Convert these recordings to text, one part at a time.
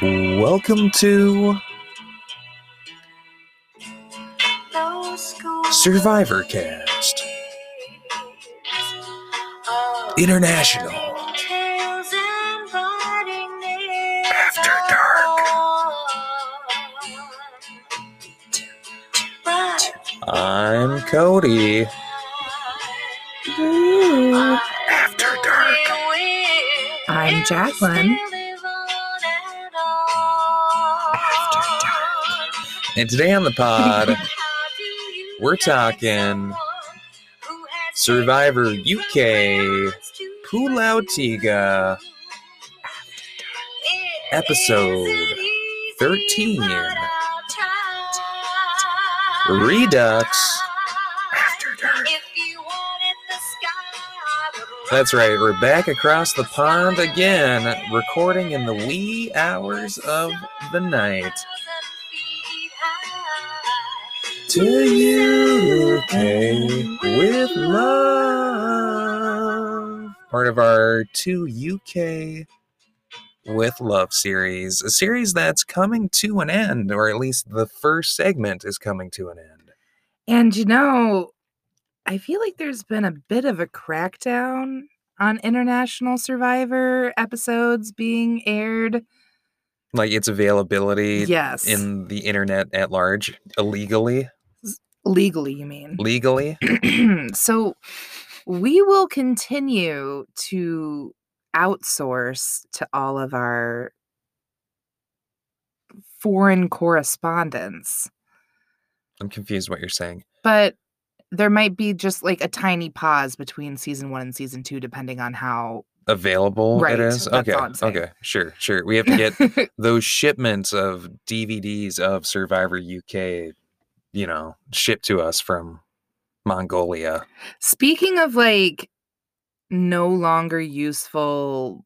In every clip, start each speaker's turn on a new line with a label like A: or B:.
A: Welcome to Survivor Cast International After
B: Dark.
A: I'm Cody. After Dark.
C: I'm Jacqueline.
A: And today on the pod,
B: We're talking Survivor UK Pulautiga episode 13
A: Redux.
B: Redux.
A: After Dark. That's right, we're back across the pond again, recording in the wee hours of the night. To UK with love. Part of our To UK with Love series, a series that's coming to an end, or at least the first segment is coming to an end.
C: And you know, I feel like there's been a bit of a crackdown on international survivor episodes being aired.
A: Like its availability
C: yes.
A: in the internet at large, illegally,
C: legally, you mean.
A: legally.
C: so we will continue to outsource to all of our foreign correspondents,
A: I'm confused what you're saying.
C: but there might be just like a tiny pause between season one and season two, depending on how
A: available
C: Right,
A: it is
C: that's
A: okay
C: all I'm saying.
A: okay sure sure we have to get those shipments of dvds of survivor uk you know shipped to us from mongolia
C: Speaking of like no longer useful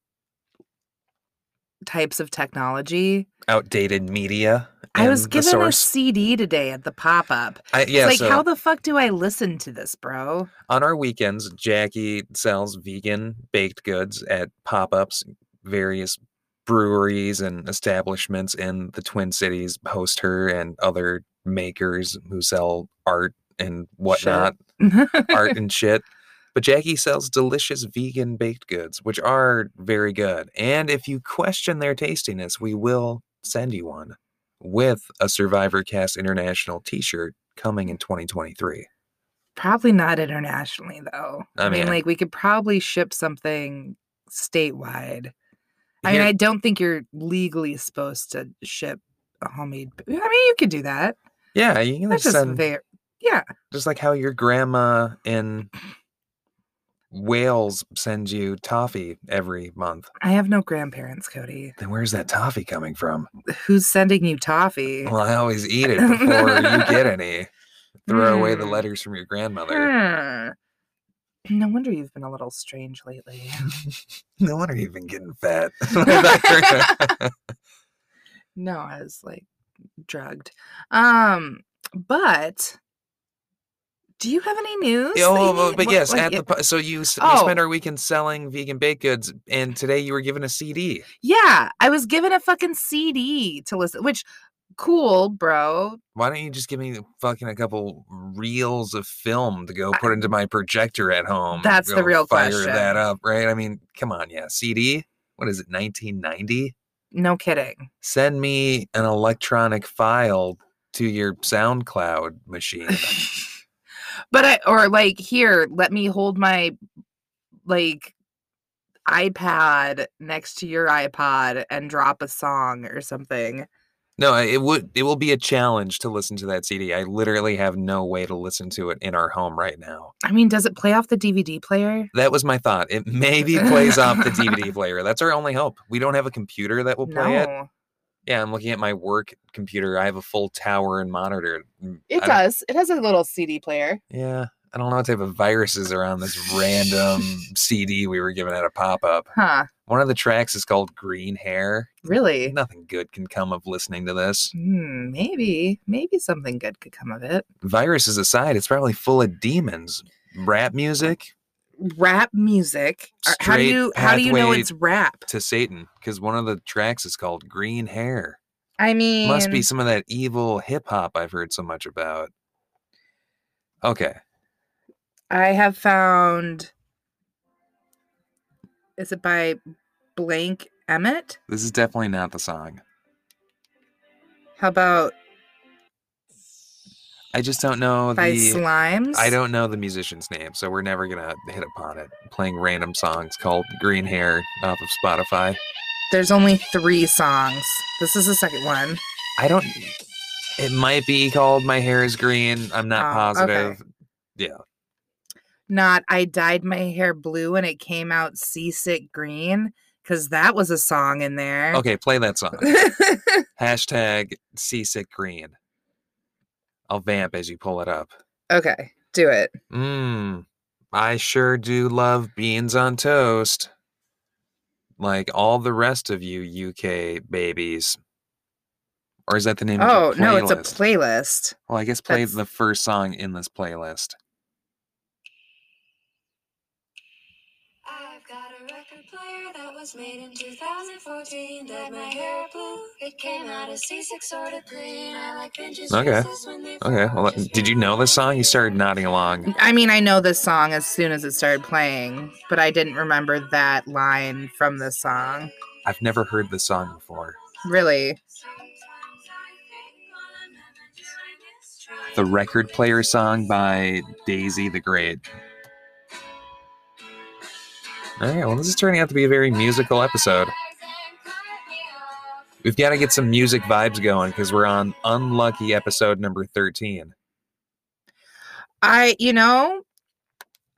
C: types of technology,
A: outdated media
C: I was
A: and the
C: given a
A: source
C: CD today at the pop up.
A: I, yeah
C: like,
A: so
C: how the fuck do I listen to this, bro?
A: on our weekends jackie sells vegan baked goods at pop-ups various breweries and establishments in the twin cities host her and other makers who sell art and whatnot art and shit. But Jackie sells delicious vegan baked goods, which are very good. And if you question their tastiness, we will send you one with a Survivor Cast International t shirt coming in 2023.
C: probably not internationally, though.
A: I
C: I mean,
A: mean-
C: like, we could probably ship something statewide. I mean,
A: Here-
C: I don't think you're legally supposed to ship a homemade. I mean, you could do that.
A: yeah, you can like
C: That's just
A: send,
C: very, yeah.
A: just like how your grandma in Wales sends you toffee every month.
C: I have no grandparents, Cody.
A: Then where's that toffee coming from?
C: Who's sending you toffee?
A: Well, I always eat it before you get any. Throw away the letters from your grandmother.
C: Hmm. No wonder you've been a little strange lately.
A: No wonder you've been getting fat. I
C: no, I was like drugged. Um, but do you have any news? that
A: Yeah, well, well,
C: you need-
A: Oh, but
C: what-
A: yes,
C: like,
A: at
C: y-
A: the po- so you, s you
C: Oh.
A: spent our weekend selling vegan baked goods, and today you were given a CD.
C: yeah, I was given a fucking CD to listen, which cool, bro.
A: Why don't you just give me fucking a couple reels of film to go
C: I-
A: put into my projector at home? and
C: That's the
A: go
C: real
A: fire
C: question.
A: that up, right? I mean, come on, yeah, CD. What is it, 1990?
C: No kidding.
A: Send me an electronic file to your SoundCloud machine.
C: but I or like here, let me hold my like iPad next to your iPod and drop a song or something.
A: No, I- it would it will be a challenge to listen to that CD. I literally have no way to listen to it in our home right now.
C: I mean, does it play off the DVD player?
A: That was my thought. It maybe plays off the DVD player. That's our only hope. We don't have a computer that will play it. Yeah, I'm looking at my work computer. I have a full tower and monitor. Mm,
C: It
A: I don't-
C: does. It has a little CD player.
A: Yeah. I don't know what type of viruses are on this random CD we were given at a pop up.
C: Huh.
A: One of the tracks is called Green Hair. Eh,
C: Really?
A: Nothing good can come of listening to this.
C: Hmm, maybe. Maybe something good could come of it.
A: viruses aside, it's probably full of demons. Rap music,
C: rap music. Or How do
A: Straight
C: you how do you know
A: pathway
C: it's rap?
A: to Satan because one of the tracks is called Green Hair.
C: I mean,
A: Must be some of that evil hip hop I've heard so much about. Okay.
C: I have found. Is it by Blank Emmett?
A: This is definitely not the song.
C: How about
A: I just don't know
C: by
A: the
C: Slimes?
A: I don't know the musician's name, so we're never gonna hit upon it. Playing random songs called Green Hair off of Spotify.
C: There's only three songs. This is the second one.
A: I don't it might be called My Hair is Green. I'm not
C: Oh, okay.
A: positive.
C: Not I dyed my hair blue and it came out seasick green because that was a song in there.
A: Okay, play that song. Hashtag seasick green. I'll vamp as you pull it up.
C: okay, do it.
A: Mmm. I sure do love beans on toast. Like all the rest of you UK babies. Or is that the name
C: Oh
A: of the playlist?
C: no, it's a playlist.
A: well, I guess play
C: that's-
A: the first song in this playlist.
B: I've got a record player that was made in 2014. Dyed my hair blue. It came out a C6 sort of green. I like vintage
A: Okay.
B: dresses when they
A: Okay,
B: fall
A: well,
B: just
A: did you know this
B: right.
A: song? You started nodding along.
C: I mean, I know this song as soon as it started playing, but I didn't remember that line from the song.
A: I've never heard this song before.
C: Really?
A: The record player song by Daisy the Great. All right, well, this is turning out to be a very musical episode. We've got to get some music vibes going because we're on unlucky episode number 13.
C: I, you know,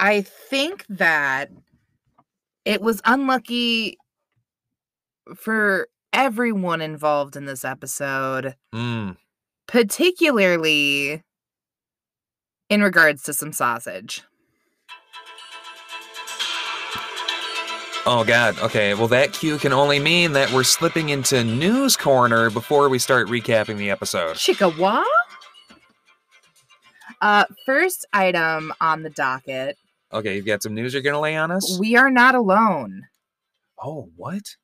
C: I think that it was unlucky for everyone involved in this episode,
A: Mm,
C: particularly in regards to some sausage.
A: Oh, God. Okay, well, that cue can only mean that we're slipping into news corner before we start recapping the episode.
C: Chickawa? Uh, first item on the docket
A: Okay, you've got some news you're going to lay on us?
C: we are not alone.
A: Oh, what?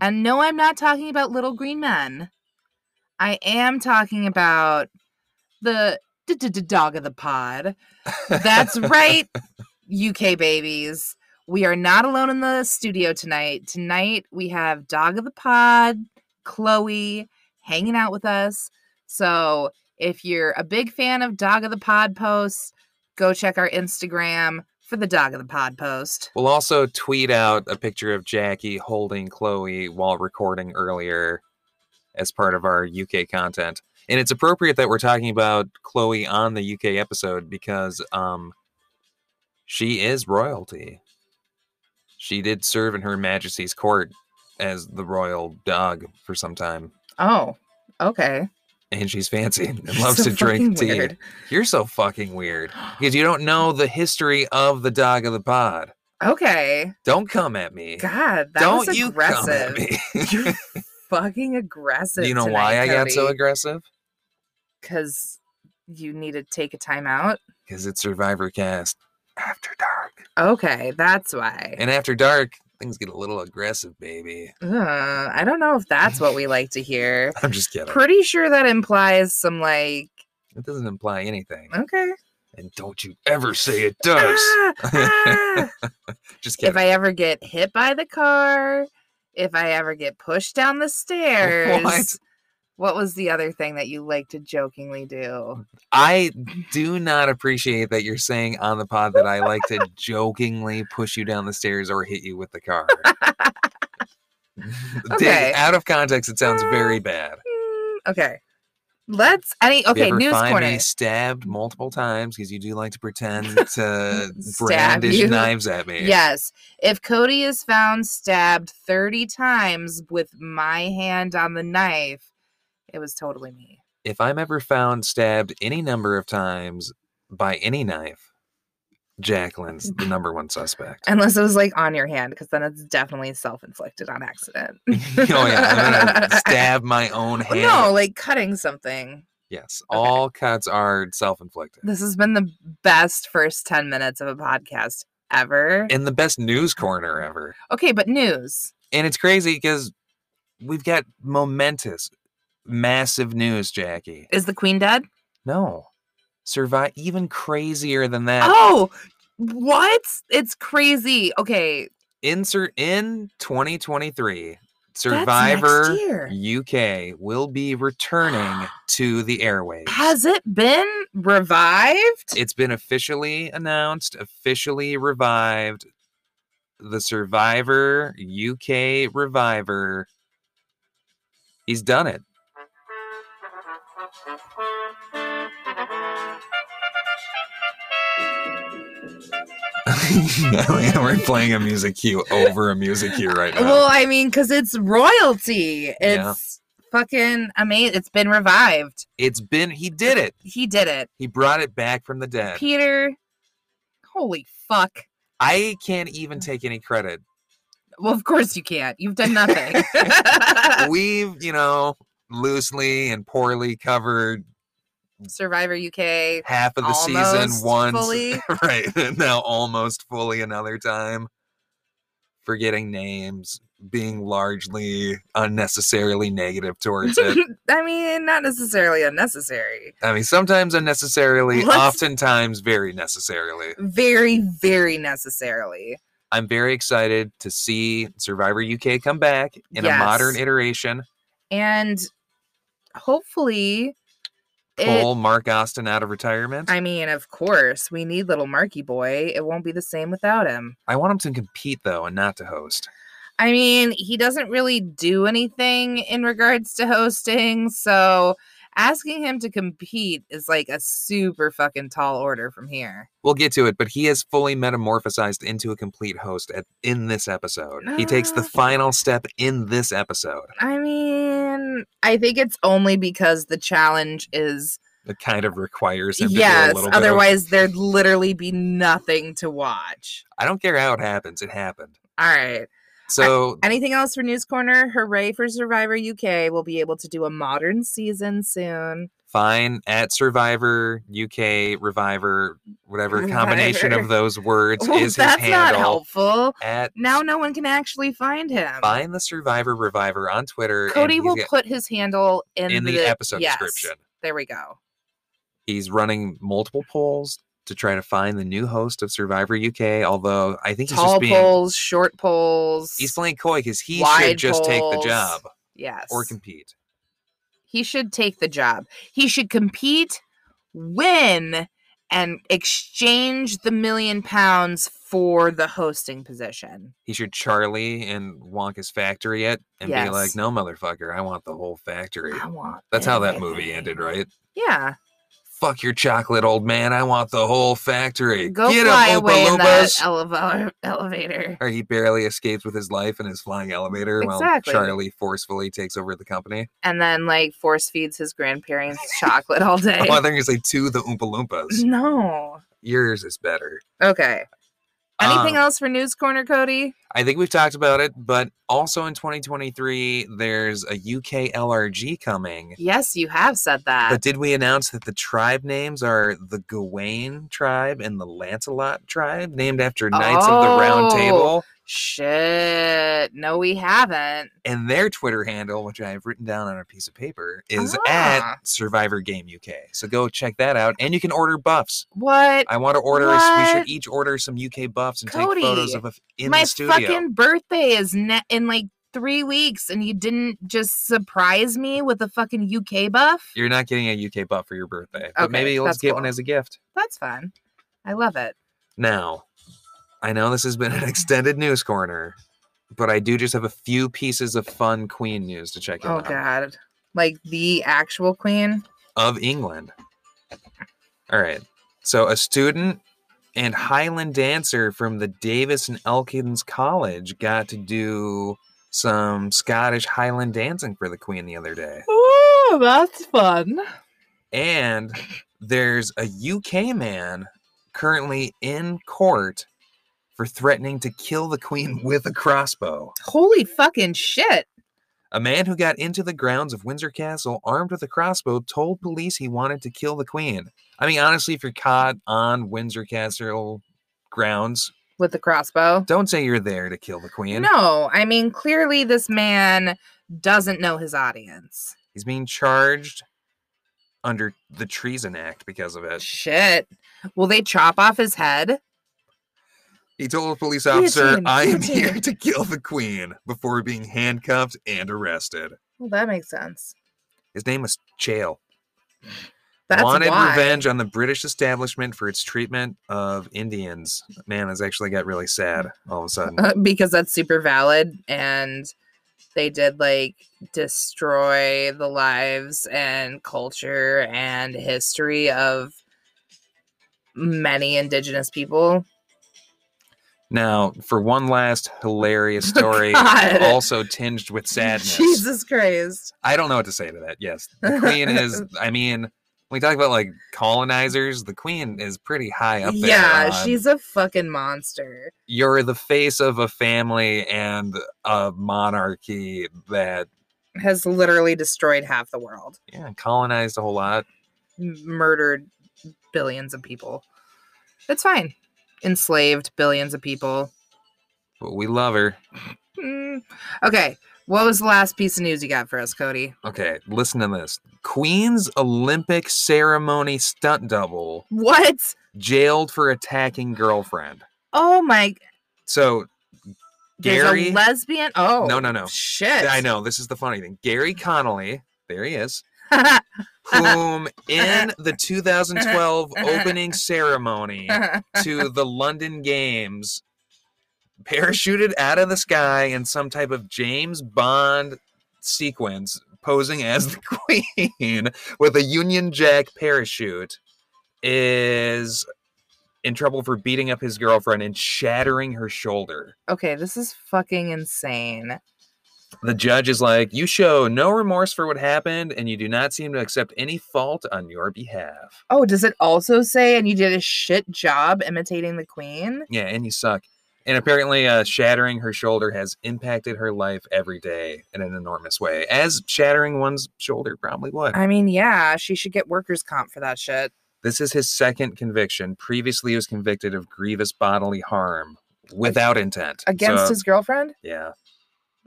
C: And no, I'm not talking about little green men. I am talking about the d- d- d- dog of the pod. That's right, UK babies. We are not alone in the studio tonight. Tonight we have dog of the pod, Chloe, hanging out with us. So if you're a big fan of dog of the pod posts, go check our Instagram for the dog of the pod post.
A: We'll also tweet out a picture of Jackie holding Chloe while recording earlier as part of our UK content. And it's appropriate that we're talking about Chloe on the UK episode because um she is royalty. She did serve in her majesty's court as the royal dog for some time.
C: Oh, okay.
A: And she's fancy and loves to
C: So
A: drink
C: fucking
A: tea.
C: weird.
A: You're so fucking weird because you don't know the history of the dog of the pod.
C: Okay.
A: Don't come at me.
C: God, that
A: Don't
C: was
A: you come at
C: aggressive.
A: me.
C: You're fucking aggressive.
A: you know
C: tonight,
A: why I got so
C: Cody.
A: aggressive?
C: Cause you need to take a time out.
A: Because it's Survivor Cast after dark,
C: Okay, that's why.
A: and after dark things get a little aggressive, baby.
C: Uh, I don't know if that's what we like to hear.
A: I'm just kidding.
C: Pretty sure that implies some like
A: It doesn't imply anything,
C: okay.
A: and don't you ever say it does.
C: Ah, ah.
A: just kidding.
C: if I ever get hit by the car, if I ever get pushed down the stairs. What was the other thing that you like to jokingly do?
A: I do not appreciate that you're saying on the pod that I like to jokingly push you down the stairs or hit you with the car. Dig-
C: Okay.
A: out of context, it sounds
C: Uh,
A: very bad.
C: Mm, Okay. Let's any
A: If you
C: okay,
A: ever
C: news
A: find
C: corner.
A: Me stabbed multiple times because you do like to pretend to
C: Stab
A: brandish
C: you.
A: knives at me.
C: Yes. If Cody is found stabbed 30 times with my hand on the knife, it was totally me.
A: If I'm ever found stabbed any number of times by any knife, Jacqueline's the number one suspect.
C: Unless it was like on your hand, because then it's definitely self inflicted on accident.
A: oh yeah, I'm gonna stab my own hand.
C: Oh, no, like cutting something.
A: Yes,
C: Okay.
A: all cuts are self-inflicted.
C: This has been the best first 10 minutes of a podcast ever.
A: and the best news corner ever.
C: okay, but news.
A: And it's crazy because we've got momentous, massive news, Jackie.
C: Is the queen dead?
A: No. Survive even crazier than that.
C: Oh, what? It's crazy. Okay.
A: Insert in 2023,
C: that's
A: Survivor
C: next year.
A: UK will be returning to the airwaves.
C: Has it been revived?
A: It's been officially announced, officially revived. The Survivor UK Reviver. He's done it. We're playing a music cue over a music cue right now.
C: Uh, Well, I mean, because it's royalty. It's fucking amazing. It's been revived.
A: it's been, he did it.
C: He did it.
A: He brought it back from the dead.
C: Peter, holy fuck.
A: I can't even take any credit.
C: Well, of course you can't. You've done nothing. Uh,
A: We've, you know, loosely and poorly covered
C: Survivor UK.
A: half of the
C: almost
A: season once.
C: Fully.
A: right now almost fully another time forgetting names being largely unnecessarily negative towards it
C: I mean, not necessarily unnecessary.
A: i mean sometimes unnecessarily
C: Let's-
A: oftentimes very necessarily
C: Very, very necessarily.
A: i'm very excited to see survivor uk come back in a modern
C: Yes.
A: iteration
C: And hopefully, it
A: pull mark austin out of retirement i,
C: I mean, of course, we need little Marky Boy. It won't be the same without him.
A: want him to compete though and not to host
C: I mean, he doesn't really do anything in regards to hosting, so asking him to compete is like a super fucking tall order from here.
A: we'll get to it but he is fully metamorphosized into a complete host at, in this episode he takes the
C: Ah.
A: final step in this episode
C: I mean, I think it's only because the challenge is
A: it kind of requires him to do a
C: yes,
A: little bit of-
C: otherwise there'd literally be nothing to watch.
A: i don't care how it happens it happened
C: All right.
A: so
C: Anything else for News Corner? Hooray for Survivor UK. We'll be able to do a modern season soon.
A: fine at survivor uk reviver whatever combination of
C: Reviver.
A: those words
C: Well,
A: is his
C: that's not
A: handle
C: helpful.
A: at
C: Now no one can actually find him.
A: find the survivor reviver on twitter and
C: Cody
A: he's
C: will
A: got-
C: put his handle in,
A: in the, episode
C: yes,
A: description
C: There we go.
A: he's running multiple polls to try to find the new host of survivor uk although i think he's
C: Tall
A: just being
C: poles, short poles.
A: he's playing coy because he should
C: Wide
A: just take the
C: polls.
A: job
C: Yes.
A: or compete
C: he should take the job. He should compete, win, and exchange the million pounds for the hosting position.
A: he should Charlie and Wonka's factory it and be like,
C: Yes.
A: no, motherfucker, I want the whole factory.
C: I want.
A: That's how that movie ended,
C: everything.
A: right?
C: Yeah.
A: Fuck your chocolate, old man. I want the whole factory.
C: Go
A: Get
C: fly
A: him,
C: away
A: Oompa
C: in that
A: Loompas.
C: elevator. elevator.
A: Or he barely escapes with his life in his flying elevator
C: Exactly.
A: while Charlie forcefully takes over the company.
C: And then, like, force feeds his grandparents chocolate all day.
A: Oh, I think you say to the Oompa Loompas.
C: no.
A: Yours is better.
C: Okay. Anything
A: Um,
C: else for News Corner, Cody?
A: I think we've talked about it, but also in 2023, there's a UK LRG coming.
C: Yes, you have said that.
A: But did we announce that the tribe names are the Gawain tribe and the Lancelot tribe, named after Knights of the Round
C: Oh.
A: Table?
C: Shit. No, we haven't.
A: And their Twitter handle, which I've written down on a piece of paper, is at
C: Ah.
A: Survivor Game UK. So go check that out. And you can order buffs.
C: What?
A: I want to order, us we
C: What?
A: should each order some UK buffs and take photos
C: Cody,
A: of us in
C: My
A: the studio.
C: fucking birthday is ne- in like three weeks, and you didn't just surprise me with a fucking UK buff?
A: You're not getting a UK buff for your birthday, but
C: Okay,
A: maybe let's
C: that's
A: get one
C: cool.
A: as a gift.
C: That's fun. I love it.
A: Now, I know this has been an extended news corner, but I do just have a few pieces of fun Queen news to check in
C: Oh,
A: on
C: God. Like the actual queen?
A: of England. All right. So, a student and Highland dancer from the Davis and Elkins College got to do some Scottish Highland dancing for the Queen the other day.
C: Ooh, that's fun.
A: And there's a UK man currently in court for threatening to kill the Queen with a crossbow.
C: Holy fucking shit.
A: A man who got into the grounds of Windsor Castle armed with a crossbow told police he wanted to kill the queen. I mean, honestly, if you're caught on Windsor Castle grounds
C: with the crossbow.
A: Don't say you're there to kill the queen.
C: No, I mean, clearly this man doesn't know his audience.
A: He's being charged under the Treason Act because of it.
C: Shit. Will they chop off his head?
A: He told a police
C: Guillotine,
A: officer, I am
C: guillotine."
A: here to kill the queen before being handcuffed and arrested.
C: Well, that makes sense.
A: His name was Chael.
C: That's
A: wanted
C: why.
A: revenge on the British establishment for its treatment of Indians. Man, this actually got really sad all of a sudden.
C: because that's super valid and they did like destroy the lives and culture and history of many indigenous people.
A: Now, for one last hilarious story,
C: God.
A: also tinged with sadness.
C: Jesus Christ.
A: I don't know what to say to that. Yes, the Queen is. I mean, when we talk about like colonizers, the Queen is pretty high up there. Uh,
C: Yeah,
A: on,
C: she's a fucking monster.
A: You're the face of a family and a monarchy that
C: Has literally destroyed half the world,
A: yeah colonized a whole lot.
C: m- murdered billions of people. It's fine. Enslaved billions of people.
A: But we love her.
C: Mm. Okay, what was the last piece of news you got for us, Cody?
A: Okay, listen to this. Queen's Olympic ceremony stunt double
C: What?
A: jailed for attacking girlfriend.
C: Oh my!
A: So Gary-
C: there's a lesbian. Oh
A: no, no, no.
C: Shit!
A: I know this is the funny thing. Gary Connolly, there he is,
C: know.
A: whom in the 2012 opening ceremony to the London Games parachuted out of the sky in some type of James Bond sequence posing as the queen with a Union Jack parachute is in trouble for beating up his girlfriend and shattering her shoulder.
C: okay, this is fucking insane.
A: The judge is like, "You show no remorse for what happened and you do not seem to accept any fault on your behalf."
C: Oh, does it also say? And you did a shit job imitating the queen.
A: Yeah, and you suck. And apparently, uh, shattering her shoulder has impacted her life every day in an enormous way, as shattering one's shoulder probably would.
C: I mean, yeah, she should get workers' comp for that shit.
A: This is his second conviction. Previously, he was convicted of grievous bodily harm without intent.
C: Against
A: So,
C: his girlfriend,
A: Yeah.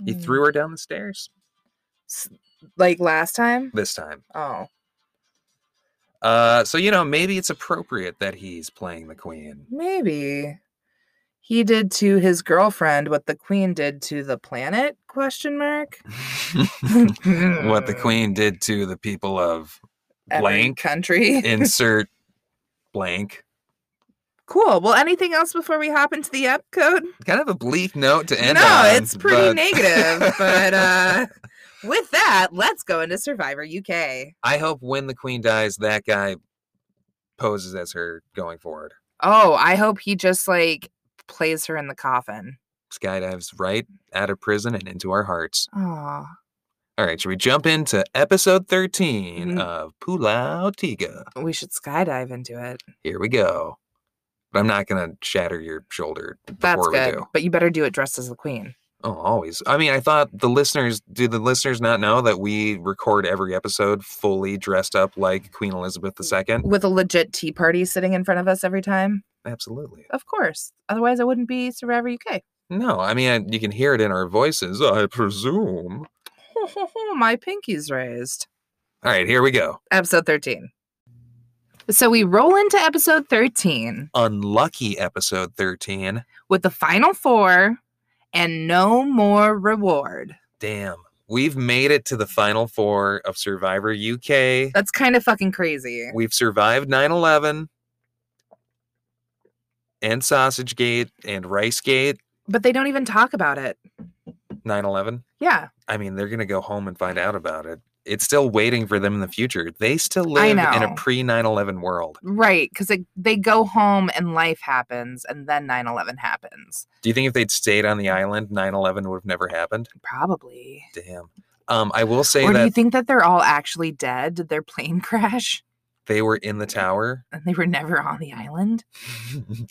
A: He
C: Mm.
A: threw her down the stairs
C: like last time.
A: this time.
C: Oh,
A: Uh, so, you know, maybe it's appropriate that he's playing the queen.
C: maybe he did to his girlfriend what the queen did to the planet? Question mark.
A: what the queen did to the people of
C: Every
A: blank.
C: country.
A: insert blank.
C: Cool. Well, anything else before we hop into the app code?
A: kind of a bleak note to end
C: no,
A: on.
C: it's pretty
A: but
C: negative. But uh, with that, let's go into Survivor UK.
A: I hope when the queen dies, that guy poses as her going forward.
C: Oh, I hope he just like plays her in the coffin.
A: Skydives right out of prison and into our hearts.
C: Oh,
A: All right, should we jump into episode 13
C: Mhm.
A: of Pulau Tiga?
C: we should skydive into it.
A: Here we go. But I'm not going to shatter your shoulder before
C: That's
A: we
C: good.
A: do.
C: But you better do it dressed as the queen.
A: Oh, always. I mean, I thought the listeners, do the listeners not know that we record every episode fully dressed up like Queen Elizabeth II?
C: With a legit tea party sitting in front of us every time?
A: Absolutely.
C: Of course. Otherwise, I wouldn't be Survivor UK.
A: No, I mean, I- you can hear it in our voices, I presume.
C: My pinky's raised.
A: All right, here we go.
C: Episode 13. So we roll into episode 13.
A: Unlucky episode 13.
C: with the final four and no more reward.
A: Damn. We've made it to the final four of Survivor UK.
C: That's kind of fucking crazy.
A: We've survived 9 11 and Sausage Gate and Rice Gate.
C: But they don't even talk about it.
A: 9 11.
C: Yeah,
A: I mean, they're going to go home and find out about it. It's still waiting for them in the future. They still live in a
C: know.
A: pre 9 11 world.
C: right. Because they go home and life happens, and then 9 11 happens.
A: Do you think if they'd stayed on the island, 9 11 would have never happened?
C: Probably.
A: Damn. Um, I will say
C: or do
A: that
C: you think that they're all actually dead? Did their plane crash
A: they were in the tower.
C: and they were never on the island?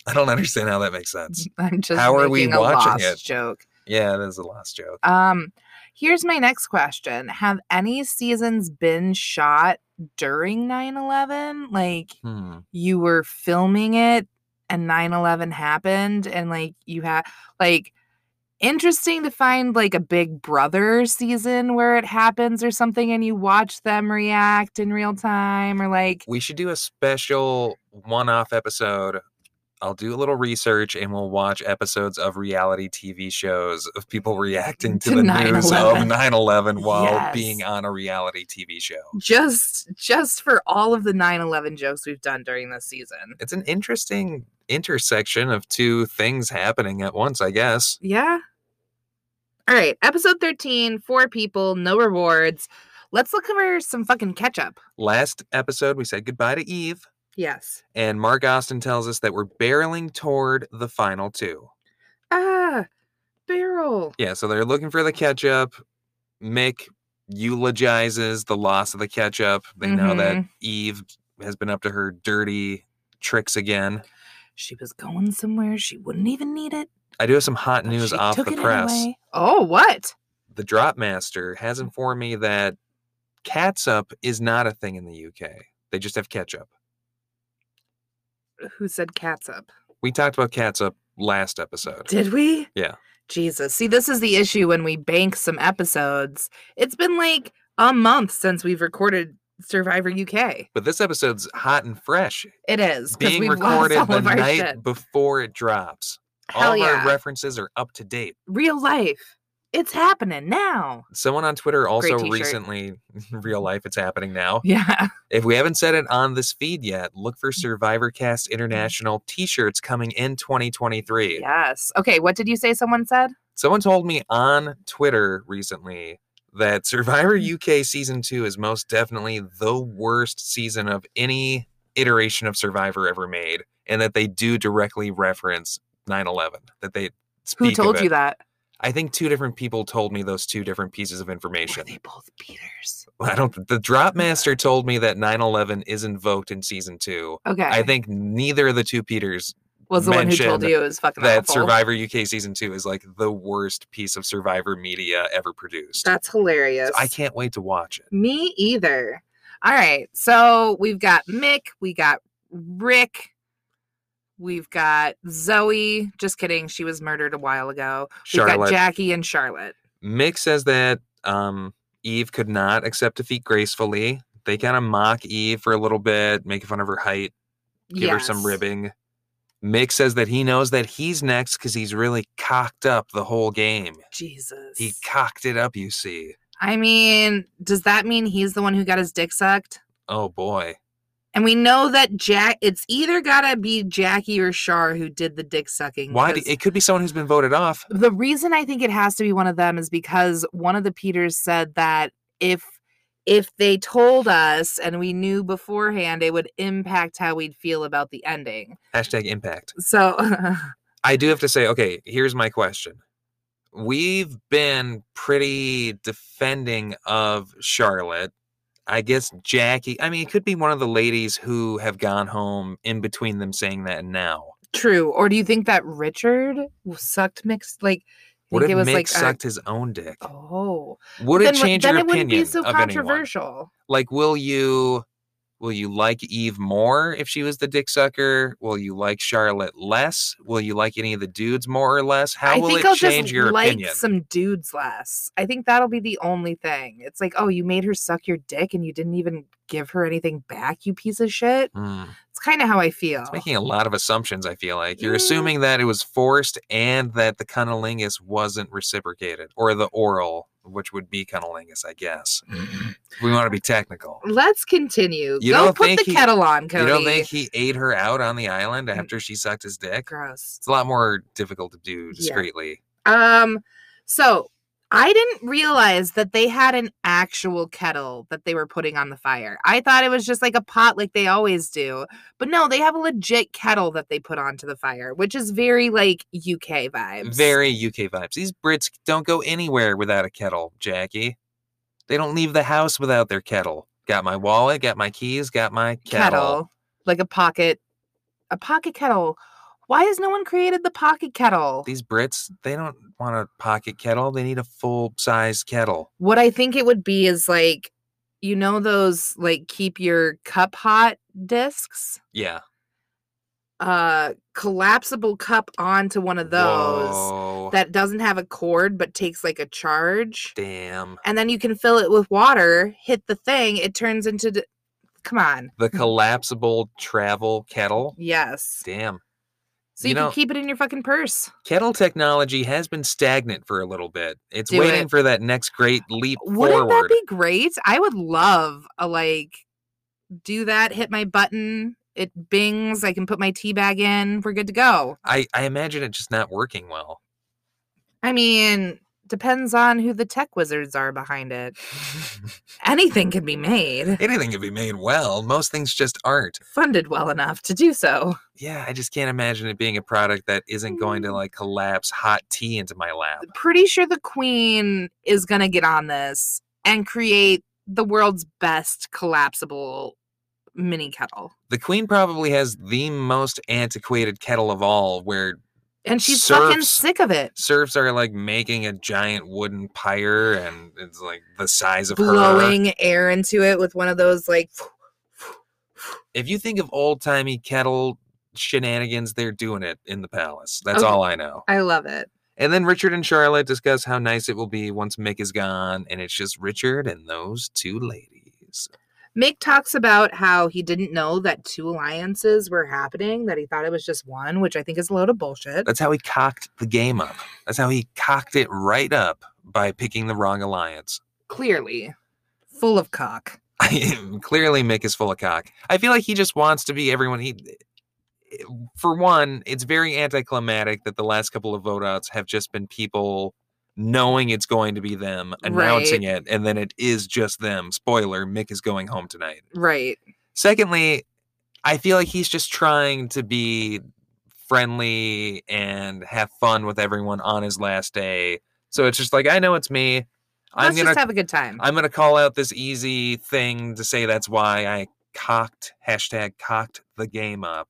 A: I don't understand how that makes sense.
C: I'm just
A: How are we
C: making a
A: watching
C: lost
A: it?
C: joke.
A: Yeah, that is a lost joke.
C: Um, here's my next question: Have any seasons been shot during 9 11? Like,
A: Hmm.
C: you were filming it and 9-11 happened and like you had like interesting to find like a big brother season where it happens or something and you watch them react in real time or like
A: We should do a special one off episode. I'll do a little research and we'll watch episodes of reality TV shows of people reacting to,
C: To
A: the news of
C: 9/11.
A: 9 11 while
C: Yes.
A: being on a reality TV show.
C: just just for all of the 9-11 jokes we've done during this season
A: It's an interesting intersection of two things happening at once, I guess.
C: Yeah. All right. Episode 13, four people, no rewards. Let's look over some fucking ketchup.
A: Last episode, we said goodbye to Eve,
C: Yes.
A: and Mark Austin tells us that we're barreling toward the final two.
C: Ah, barrel.
A: Yeah, so they're looking for the ketchup. Mick eulogizes the loss of the ketchup. They know
C: Mm-hmm.
A: that Eve has been up to her dirty tricks again.
C: She was going somewhere. She wouldn't even need it.
A: I do have some hot
C: but
A: news
C: she
A: off
C: took
A: the
C: it
A: press.
C: anyway. Oh, what?
A: The drop master has informed me that catsup is not a thing in the UK. They just have ketchup.
C: Who said catsup?
A: We talked about catsup last episode.
C: Did we?
A: Yeah.
C: Jesus. See, this is the issue when we bank some episodes. It's been like a month since we've recorded Survivor UK.
A: but this episode's hot and fresh,
C: It is. 'cause
A: being
C: we've
A: recorded
C: lost all
A: the
C: of our
A: night
C: shit.
A: before it drops.
C: Hell
A: All of
C: yeah.
A: our references are up to date.
C: real life. It's happening now.
A: someone on Twitter also
C: t-shirt. Mm-hmm.
A: recently real life it's happening now.
C: Yeah.
A: If we haven't said it on this feed yet, look for
C: Mm-hmm.
A: Survivor Cast International t-shirts coming in 2023.
C: Yes. Okay. What did you say someone said?
A: Someone told me on Twitter recently that Survivor
C: Mm-hmm.
A: UK season 2 is most definitely the worst season of any iteration of Survivor ever made and that they do directly reference 9/11 that they
C: Who
A: speak of
C: told
A: it.
C: you that?
A: I think two different people told me those two different pieces of information.
C: Were they both Peters?
A: I don't. The Drop Master told me that 9/11 is invoked in season two.
C: Okay.
A: I think neither of the two Peters
C: was the one who told
A: mentioned
C: you it was fucking
A: that
C: awful.
A: Survivor UK season two is like the worst piece of Survivor media ever produced.
C: That's hilarious.
A: So I can't wait to watch it.
C: Me either. All right. So we've got Mick. We got Rick. We've got Zoe. Just kidding. She was murdered a while ago. We've got
A: Charlotte
C: Jackie and Charlotte.
A: Mick says that um, Eve could not accept defeat gracefully. They kind of mock Eve for a little bit, making fun of her height, give her some
C: Yes.
A: ribbing. Mick says that he knows that he's next because he's really cocked up the whole game.
C: Jesus.
A: He cocked it up, you see.
C: I mean, does that mean he's the one who got his dick sucked?
A: Oh boy.
C: And we know that Jack, it's either gotta be Jackie or Shar who did the dick sucking.
A: Why do,
C: 'cause
A: it could be someone who's been voted off.
C: the reason I think it has to be one of them is because one of the Peters said that if if they told us and we knew beforehand, it would impact how we'd feel about the ending.
A: Hashtag impact.
C: So
A: I do have to say, okay, here's my question. We've been pretty defending of Charlotte. I guess Jackie, I mean, it could be one of the ladies who have gone home in between them saying that and now.
C: true. Or do you think that Richard w- sucked mixed like
A: What if
C: think it was
A: Mick
C: like a-
A: sucked his own dick?
C: oh
A: Would it
C: then, w-
A: change
C: then
A: your
C: it wouldn't
A: opinion
C: be so
A: of anyone?
C: controversial.
A: like will you will you like eve more if she was the dick sucker will you like charlotte less will you like any of the dudes more or less how
C: I
A: will
C: think
A: it
C: I'll
A: change
C: just
A: your
C: like
A: opinion
C: some dudes less. I think that'll be the only thing. It's like, oh, you made her suck your dick and you didn't even give her anything back, you piece of shit.
A: Hmm,
C: It's kind of how I feel.
A: it's making a lot of assumptions i feel like you're
C: Yeah.
A: assuming that it was forced and that the cunnilingus wasn't reciprocated or the oral which would be cunnilingus i guess we want to be technical
C: Let's continue.
A: You
C: Go
A: don't
C: put
A: think
C: the
A: he-
C: kettle on, Mm, Cody. Mm.
A: you don't think he ate her out on the island after she sucked his dick
C: Gross.
A: it's a lot more difficult to do
C: Yeah.
A: discreetly
C: Um, so I didn't realize that they had an actual kettle that they were putting on the fire. I thought it was just like a pot like they always do. But no, they have a legit kettle that they put onto the fire, which is very like UK vibes.
A: Very UK vibes. These Brits don't go anywhere without a kettle, Jackie. They don't leave the house without their kettle. Got my wallet, got my keys, got my kettle.
C: like a pocket a pocket kettle. Why has no one created the pocket kettle?
A: These Brits, they don't want a pocket kettle. They need a full size kettle.
C: what I think it would be is like, you know, those like keep your cup hot discs.
A: Yeah.
C: uh collapsible cup onto one of those
A: Whoa.
C: that doesn't have a cord but takes like a charge.
A: Damn.
C: And then you can fill it with water, hit the thing, it turns into d- Come on.
A: The collapsible travel kettle.
C: Yes.
A: Damn.
C: So
A: You
C: you,
A: know-
C: can keep it in your fucking purse.
A: Kettle technology has been stagnant for a little bit. It's
C: Do
A: waiting
C: it.
A: for that next great leap
C: Wouldn't
A: forward.
C: that be great? I would love a like do that, hit my button, it bings, I can put my tea bag in, we're good to go.
A: I, I imagine it just not working well.
C: I mean, depends on who the tech wizards are behind it. Anything can be made,
A: Anything can be made well. Most things just aren't.
C: funded well enough to do so.
A: Yeah, I just can't imagine it being a product that isn't going to
C: Mm.
A: like collapse hot tea into my lap.
C: Pretty sure the queen is going to get on this and create the world's best collapsible mini kettle.
A: The queen probably has the most antiquated kettle of all, where
C: And she's fucking
A: Serfs.
C: sick of it.
A: serfs are like making a giant wooden pyre, and it's like the size of her.
C: Blowing air into it with one of those like
A: If you think of old timey kettle shenanigans, they're doing it in the palace. That's
C: Okay.
A: all I know.
C: I love it.
A: And then Richard and Charlotte discuss how nice it will be once Mick is gone, and it's just Richard and those two ladies.
C: Mick talks about how he didn't know that two alliances were happening, that he thought it was just one, which I think is a load of bullshit.
A: That's how he cocked the game up. That's how he cocked it right up by picking the wrong alliance.
C: Clearly. Full of cock.
A: Clearly, Mick is full of cock. I feel like he just wants to be everyone he. For one, it's very anticlimactic that the last couple of vote outs have just been people knowing it's going to be them announcing it, and then it is just them. Spoiler: Mick is going home tonight.
C: Right.
A: Secondly, I feel like he's just trying to be friendly and have fun with everyone on his last day. So it's just like I know it's me. I'm
C: Let's
A: gonna
C: just have a good time.
A: I'm gonna call out this easy thing to say that's why I cocked hashtag cocked the game up.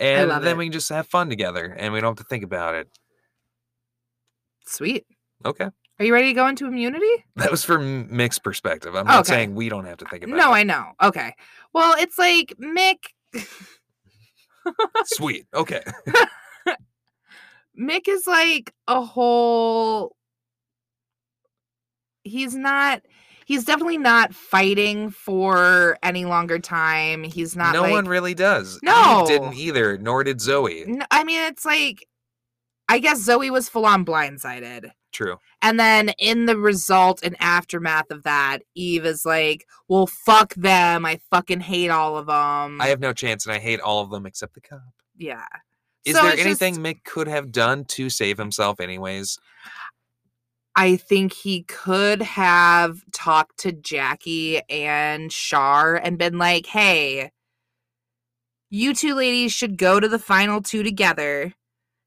A: And
C: love
A: then
C: it.
A: we can just have fun together and we don't have to think about it.
C: Sweet.
A: Okay.
C: Are you ready to go into immunity?
A: That was from Mick's perspective. I'm not
C: Okay.
A: saying we don't have to think about
C: No,
A: it.
C: I know. Okay. Well, it's like Mick
A: Sweet. Okay.
C: Mick is like a whole he's not he's definitely not fighting for any longer time. He's not
A: no
C: like
A: one really does. Eve
C: No.
A: didn't either, nor did Zoe.
C: N- I mean, it's like I guess Zoe was full on blindsided.
A: True.
C: And then in the result and aftermath of that, Eve is like, "Well, fuck them. I fucking hate all of them."
A: I have no chance, and I hate all of them except the cop.
C: yeah.
A: Is
C: So
A: there
C: it's just-
A: anything Mick could have done to save himself, anyways?
C: I think he could have talked to Jackie and Shar and been like, hey, you two ladies should go to the final two together.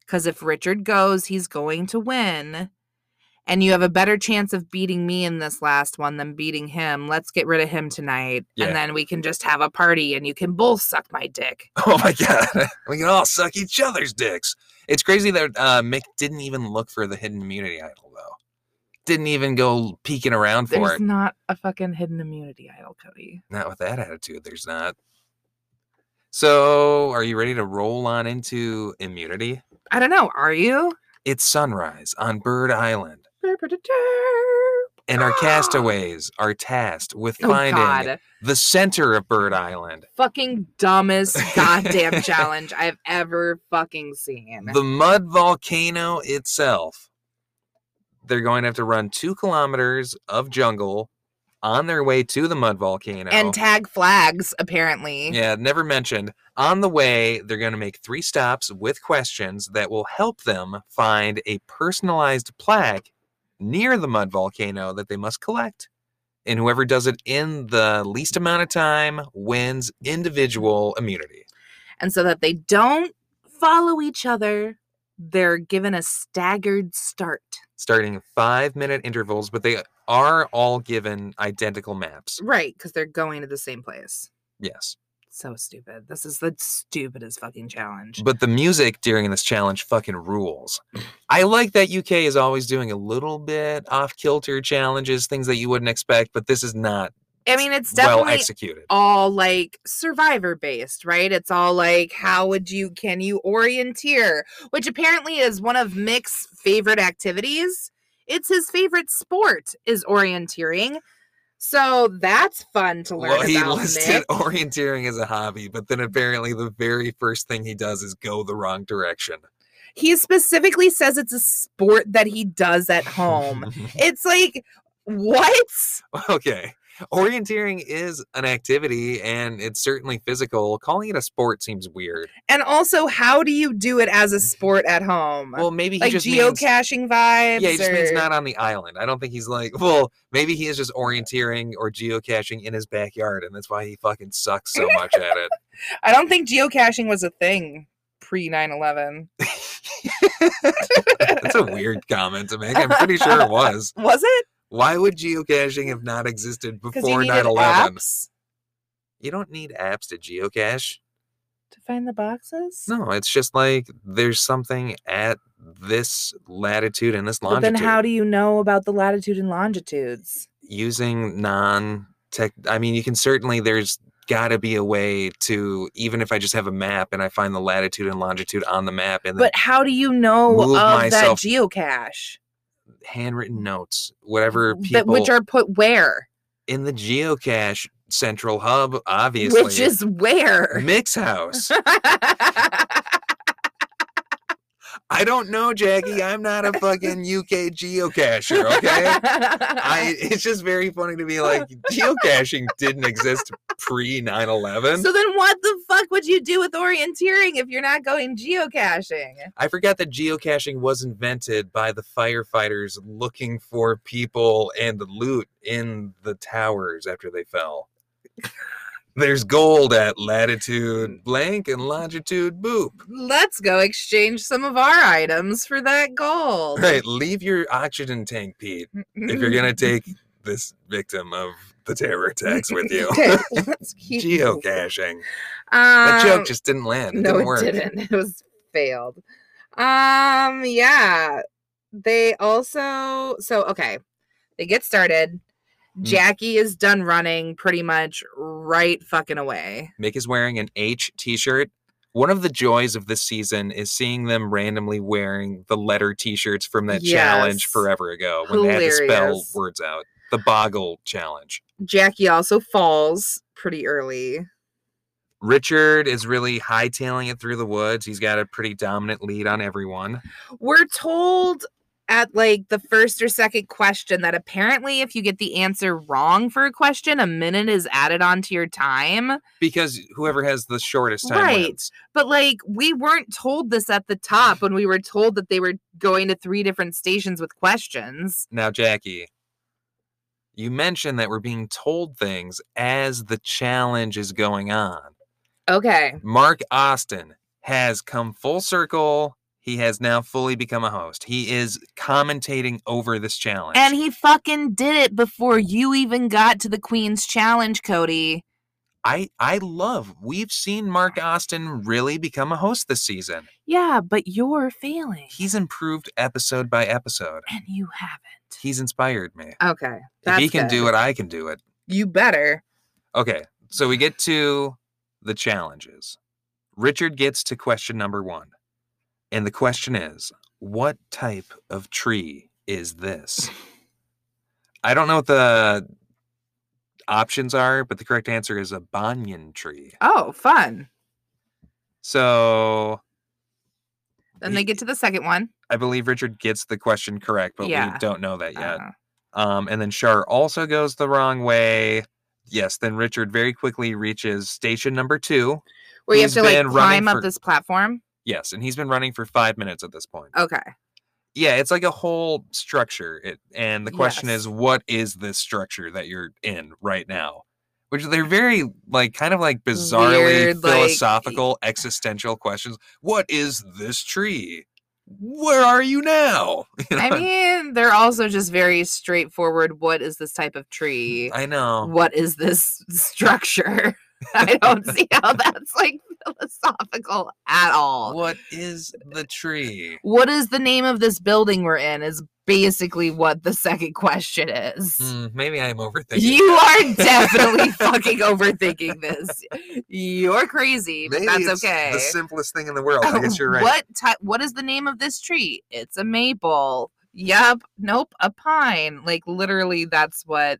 C: Because if Richard goes, he's going to win. And you have a better chance of beating me in this last one than beating him. Let's get rid of him tonight.
A: Yeah.
C: And then we can just have a party and you can both suck my dick.
A: Oh my god, we can all suck each other's dicks. It's crazy that uh, Mick didn't even look for the hidden immunity idol, though. Didn't even go peeking around for
C: There's
A: it.
C: not a fucking hidden immunity idol, Cody.
A: not with that attitude. There's not. So, are you ready to roll on into immunity?
C: I don't know. Are you?
A: It's sunrise on Bird Island, and our castaways are tasked with
C: Oh,
A: finding
C: God.
A: the center of Bird Island.
C: fucking dumbest goddamn challenge I've ever fucking seen.
A: the mud volcano itself. They're going to have to run two kilometers of jungle on their way to the mud volcano.
C: and tag flags, apparently.
A: yeah, never mentioned. On the way, they're going to make three stops with questions that will help them find a personalized plaque near the mud volcano that they must collect. And whoever does it in the least amount of time wins individual immunity.
C: And so that they don't follow each other, they're given a staggered start.
A: starting five minute intervals, but they are all given identical maps.
C: Right, because they're going to the same place.
A: Yes.
C: So stupid. This is the stupidest fucking challenge.
A: But the music during this challenge fucking rules. I like that UK is always doing a little bit off kilter challenges, things that you wouldn't expect, but this is not
C: I mean, it's definitely
A: well executed.
C: all like survivor based, right? It's all like how would you can you orienteer, which apparently is one of Mick's favorite activities. It's his favorite sport is orienteering. So that's fun to learn
A: Well, he
C: about
A: listed
C: Mick.
A: orienteering as a hobby, but then apparently the very first thing he does is go the wrong direction.
C: He specifically says it's a sport that he does at home. it's like what?
A: okay. Orienteering is an activity and it's certainly physical. Calling it a sport seems weird.
C: And also, how do you do it as a sport at home?
A: Mm. Well, maybe he
C: like
A: just means
C: geocaching vibes.
A: Yeah, he just means
C: or-
A: not on the island. I don't think he's like, well, maybe he is just orienteering or geocaching in his backyard, and that's why he fucking sucks so much at it.
C: I don't think geocaching was a thing pre 9 11.
A: That's a weird comment to make. I'm pretty sure it was.
C: Was it?
A: Why would geocaching have not existed
C: Because you
A: before
C: needed
A: 9 11?
C: apps
A: You don't need apps to geocache.
C: to find the boxes.
A: No, it's just like there's something at this latitude and this
C: but
A: longitude.
C: then how do you know about the latitude and longitudes?
A: using non tech i mean you can certainly there's got to be a way to even if i just have a map and i find the latitude and longitude on the map and
C: But how do you know
A: Move
C: of that
A: myself
C: geocache?
A: the handwritten notes whatever people
C: That, which are put where?
A: in the geocache central hub obviously
C: Which is where?
A: mix house i don't know jackie i'm not a fucking uk geocacher okay I, it's just very funny to be like geocaching didn't exist pre 9/11.
C: So then what the fuck would you do with orienteering if you're not going geocaching?
A: I forgot that geocaching was invented by the firefighters looking for people and the loot in the towers after they fell. There's gold at latitude blank and longitude boop.
C: Let's go exchange some of our items for that gold.
A: Right, leave your oxygen tank, Pete, if you're gonna take this victim of the terror attacks with you.
C: Okay, let's keep
A: geocaching. That
C: Um,
A: joke just didn't land. It
C: no,
A: didn't work.
C: it didn't. It was failed. Um, yeah. They also so okay. They get started.
A: Hmm.
C: Jackie is done running pretty much right fucking away.
A: Mick is wearing an H t shirt. One of the joys of this season is seeing them randomly wearing the letter t shirts from that challenge
C: Yes.
A: forever ago when they had to spell
C: Hilarious.
A: words out. The boggle challenge.
C: Jackie also falls pretty early.
A: Richard is really hightailing it through the woods. He's got a pretty dominant lead on everyone.
C: We're told at like the first or second question that apparently if you get the answer wrong for a question, a minute is added onto your time.
A: Because whoever has the shortest time
C: Right.
A: wins.
C: But like we weren't told this at the top when we were told that they were going to three different stations with questions.
A: Now, Jackie, you mentioned that we're being told things as the challenge is going on.
C: Okay.
A: Mark Austin has come full circle. He has now fully become a host. He is commentating over this challenge.
C: And he fucking did it before you even got to the Queen's Challenge, Cody.
A: I I love. We've seen Mark Austin really become a host this season.
C: Yeah, but you're failing.
A: He's improved episode by episode.
C: and you haven't.
A: He's inspired me.
C: Okay.
A: if he can do it, I can do it.
C: you better.
A: Okay, so we get to the challenges. Richard gets to question number one. And the question is what type of tree is this? I don't know what the options are, but the correct answer is a banyan tree.
C: Oh, fun.
A: So
C: Then they
A: Ye-
C: get to the second one.
A: I believe Richard gets the question correct, but
C: Yeah.
A: we don't know that yet.
C: Uh,
A: Um, and then Char also goes the wrong way. Yes, then Richard very quickly reaches station number two.
C: where you have
A: He's
C: to like
A: been running
C: climb up
A: for-
C: this platform.
A: Yes, and he's been running for five minutes at this point.
C: Okay.
A: Yeah, it's like a whole structure. It, and the question
C: Yes.
A: is, what is this structure that you're in right now? Which they're very like kind of like bizarrely
C: Mm-hmm. Weird, like, e-
A: philosophical, existential questions. What is this tree? Where are you now? You know,
C: I mean, they're also just very straightforward. What is this type of tree?
A: I know.
C: What is this structure? I don't see how that's like philosophical at all.
A: What is the tree?
C: What is the name of this building we're in? Is basically what the second question is.
A: Hmm, maybe I'm overthinking.
C: You are definitely fucking overthinking this. You're crazy, but
A: Maybe
C: that's
A: it's
C: okay.
A: The simplest thing in the world. I guess you're right.
C: Oh, What type? What is the name of this tree? It's a maple. Yup. Nope. A pine. Like literally, that's what.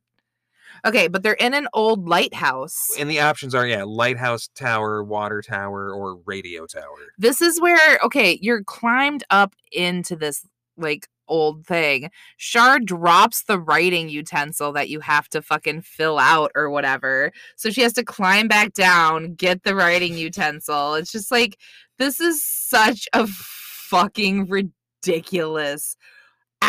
C: Okay, but they're in an old lighthouse.
A: And the options are yeah, lighthouse tower, water tower, or radio tower.
C: this is where okay, you're climbed up into this like old thing. Shar drops the writing utensil that you have to fucking fill out or whatever. So she has to climb back down, get the writing utensil. It's just like this is such a fucking ridiculous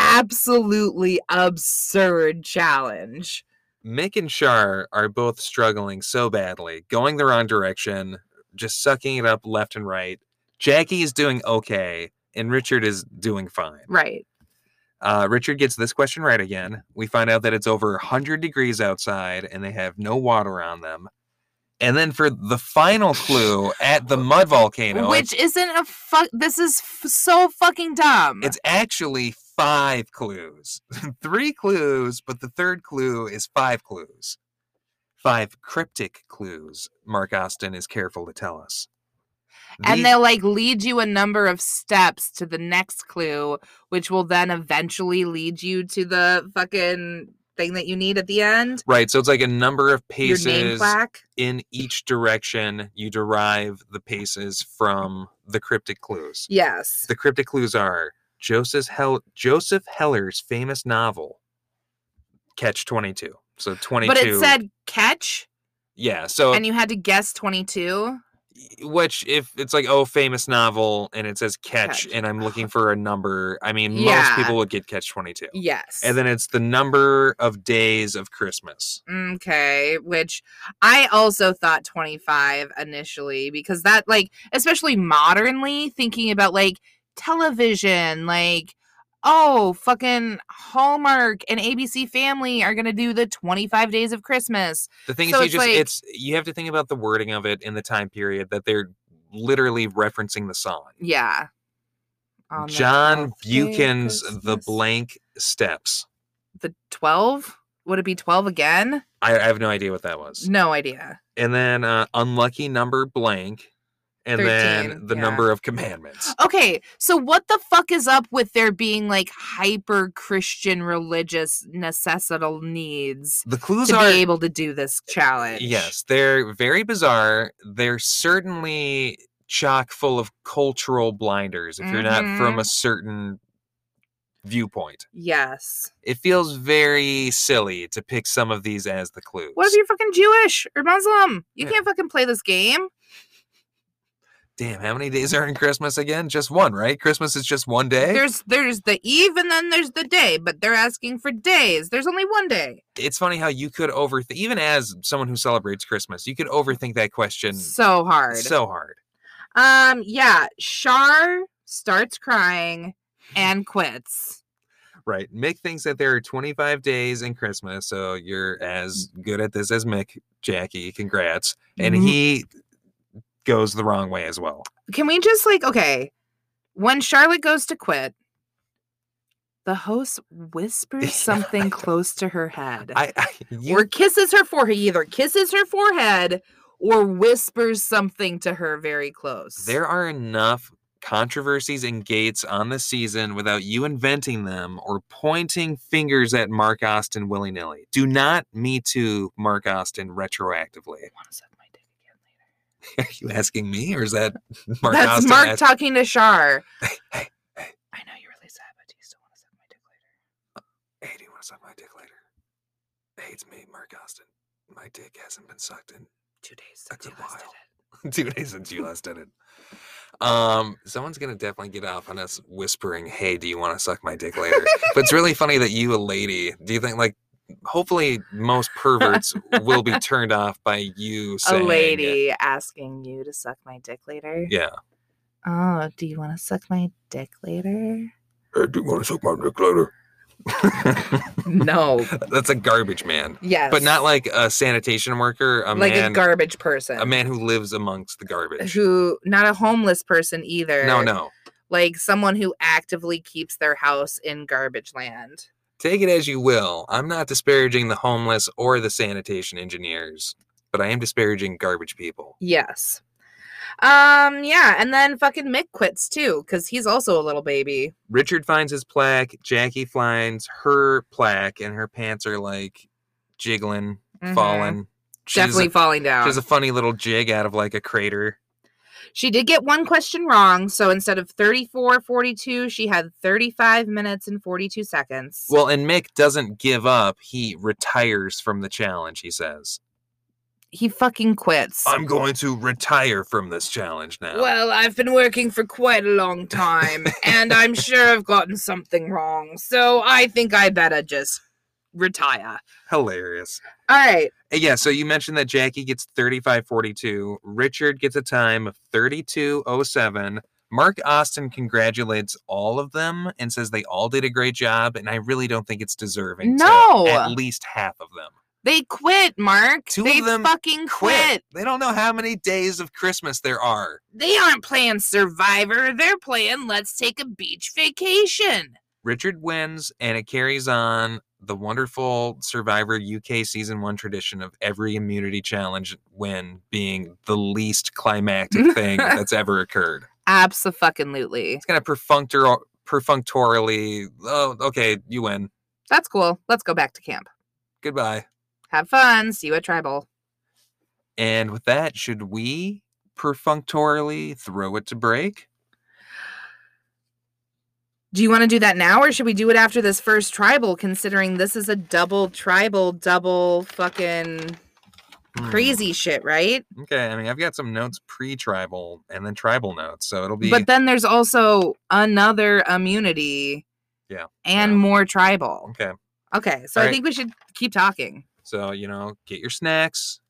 C: absolutely absurd challenge.
A: Mick and Shar are both struggling so badly, going the wrong direction, just sucking it up left and right. Jackie is doing okay, and Richard is doing fine.
C: Right.
A: Uh, Richard gets this question right again. We find out that it's over 100 degrees outside and they have no water on them. And then for the final clue at the mud volcano,
C: Which isn't a fuck this is f- so fucking dumb.
A: it's, it's actually five clues. Three clues, but the third clue is five clues. Five cryptic clues, Mark Austin is careful to tell us.
C: and
A: These-
C: they'll like lead you a number of steps to the next clue which will then eventually lead you to the fucking thing that you need at the end
A: Right, so it's like a number of
C: your name
A: paces
C: plaque
A: in each direction. You derive the paces from the cryptic clues.
C: yes
A: The cryptic clues are Joseph Hel- Joseph Heller's famous novel, Catch Twenty Two. So twenty two.
C: but it said catch
A: yeah. So
C: and you had to guess 22
A: which if it's like oh famous novel and it says catch,
C: Catch.
A: and I'm looking for a number. I mean, most
C: Yeah.
A: people would get Catch Twenty Two.
C: yes
A: And then it's the number of days of Christmas.
C: Okay, Mm, which I also thought 25 initially because that like especially modernly thinking about like television like oh fucking Hallmark and ABC Family are going to do the 25 days of Christmas.
A: The thing is,
C: So
A: you
C: it's
A: just
C: like-
A: it's you have to think about the wording of it in the time period that they're literally referencing the song.
C: Yeah. Oh, On the
A: John
C: 12th day of
A: Buchan's The
C: Christmas.
A: Blank Steps.
C: The 12? Would it be 12 again?
A: I, I have no idea what that was.
C: No idea.
A: and then uh, unlucky number blank, and then
C: 13,
A: the
C: yeah.
A: number of commandments.
C: Okay, so what the fuck is up with there being like hyper Christian religious necessital needs
A: The clues
C: to
A: are
C: be able to do this challenge?
A: yes, they're very bizarre. They're certainly chock full of cultural blinders if you're not
C: Mm-hmm.
A: from a certain viewpoint.
C: Yes.
A: It feels very silly to pick some of these as the clues.
C: What if you're fucking Jewish or Muslim? You
A: Yeah.
C: can't fucking play this game.
A: Damn, how many days are in Christmas again? Just one, right? Christmas is just one day.
C: There's there's the eve and then there's the day, but they're asking for days. There's only one day.
A: it's funny how you could overthink even as someone who celebrates Christmas, you could overthink that question
C: So hard.
A: so hard.
C: um yeah, Shar starts crying and quits.
A: Right. Mick thinks that there are 25 days in Christmas, so you're as good at this as Mick, Jackie. Congrats. And
C: Mhm.
A: he goes the wrong way as well.
C: can we just like okay when charlotte goes to quit the host
A: Yeah,
C: whispers
A: I
C: something
A: don't-
C: close to her head
A: I, I you,
C: or kisses her forehead he either kisses her forehead or whispers something to her very close
A: there are enough controversies and gates on the season without you inventing them or pointing fingers at Mark Austin willy-nilly. Do not me too Mark Austin retroactively.
C: I wanna suck my dick again later.
A: Are you asking me, or is that Mark
C: that's
A: Austin?
C: mark
A: ask-
C: talking to shar
A: hey,
C: i know you're really sad but do you still want to suck my dick later
A: hey, do you want to suck my dick later? Hey, it's me, Mark Austin. My dick hasn't been sucked in
C: two days
A: A
C: since you
A: good
C: last did
A: while.
C: it
A: two days since you last did it. Um, someone's gonna definitely get off on us whispering, "Hey, do you want to suck my dick later?" but it's really funny that you, a lady, do you think like? Hopefully, most perverts will be turned off by you saying,
C: a lady asking you to suck my dick later
A: Yeah,
C: oh do you want to suck my dick later
A: hey, do you want to suck my dick later?
C: No.
A: That's a garbage man.
C: Yes.
A: But not like a sanitation worker, a
C: like
A: man
C: a garbage person.
A: a man who lives amongst the garbage.
C: who not a homeless person either.
A: No, no.
C: Like someone who actively keeps their house in garbage land.
A: Take it as you will. I'm not disparaging the homeless or the sanitation engineers, but I am disparaging garbage people.
C: Yes. Um, yeah, and then fucking Mick quits too, because he's also a little baby.
A: Richard finds his plaque, Jackie finds her plaque, and her pants are like jiggling,
C: Mhm.
A: falling. She does
C: Definitely falling
A: a,
C: down.
A: she does a funny little jig out of like a crater.
C: She did get one question wrong, so instead of 34 42, she had 35 minutes and 42 seconds.
A: Well, and Mick doesn't give up. He retires from the challenge, he says.
C: he fucking quits.
A: I'm going to retire from this challenge now.
C: well, I've been working for quite a long time, and I'm sure I've gotten something wrong, so I think I better just retire.
A: Hilarious.
C: All right.
A: Uh, Yeah, so you mentioned that Jackie gets 3542. Richard gets a time of 3207. Mark Austin congratulates all of them and says they all did a great job, and I really don't think it's deserving. to
C: No.
A: at least half of them.
C: They quit, Mark.
A: Two of
C: they
A: them
C: fucking quit.
A: They don't know how many days of Christmas there are.
C: They aren't playing Survivor. They're playing Let's Take a Beach Vacation.
A: Richard wins, and it carries on the wonderful Survivor UK season one tradition of every immunity challenge win being the least climactic thing that's ever occurred.
C: Absolutely.
A: It's kind of perfunctor- perfunctorily, oh, okay, you win.
C: That's cool. Let's go back to camp.
A: Goodbye.
C: Have fun. See you at Tribal.
A: And with that, should we perfunctorily throw it to break?
C: Do you want to do that now or should we do it after this first tribal, considering this is a double tribal, double fucking
A: Hmm,
C: crazy shit, right?
A: Okay, I mean, I've got some notes pre tribal and then tribal notes, so it'll be.
C: But then there's also another immunity.
A: Yeah,
C: And
A: yeah.
C: more tribal.
A: okay.
C: Okay. So I
A: Alright.
C: think we should keep talking.
A: So, you know, get your snacks.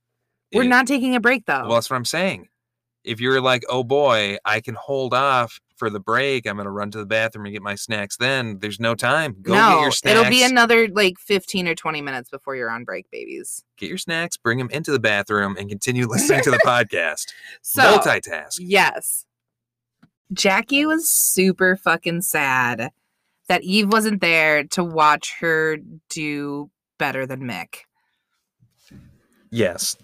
C: We're
A: It-
C: not taking a break though.
A: Well, that's what I'm saying. If you're like, oh boy, I can hold off for the break. I'm gonna run to the bathroom and get my snacks. Then there's no time. Go
C: no,
A: get your snacks.
C: it'll be another like 15 or 20 minutes before you're on break, babies.
A: get your snacks. Bring them into the bathroom and continue listening to the podcast.
C: So,
A: Multitask.
C: yes. Jackie was super fucking sad that Eve wasn't there to watch her do better than Mick.
A: Yes.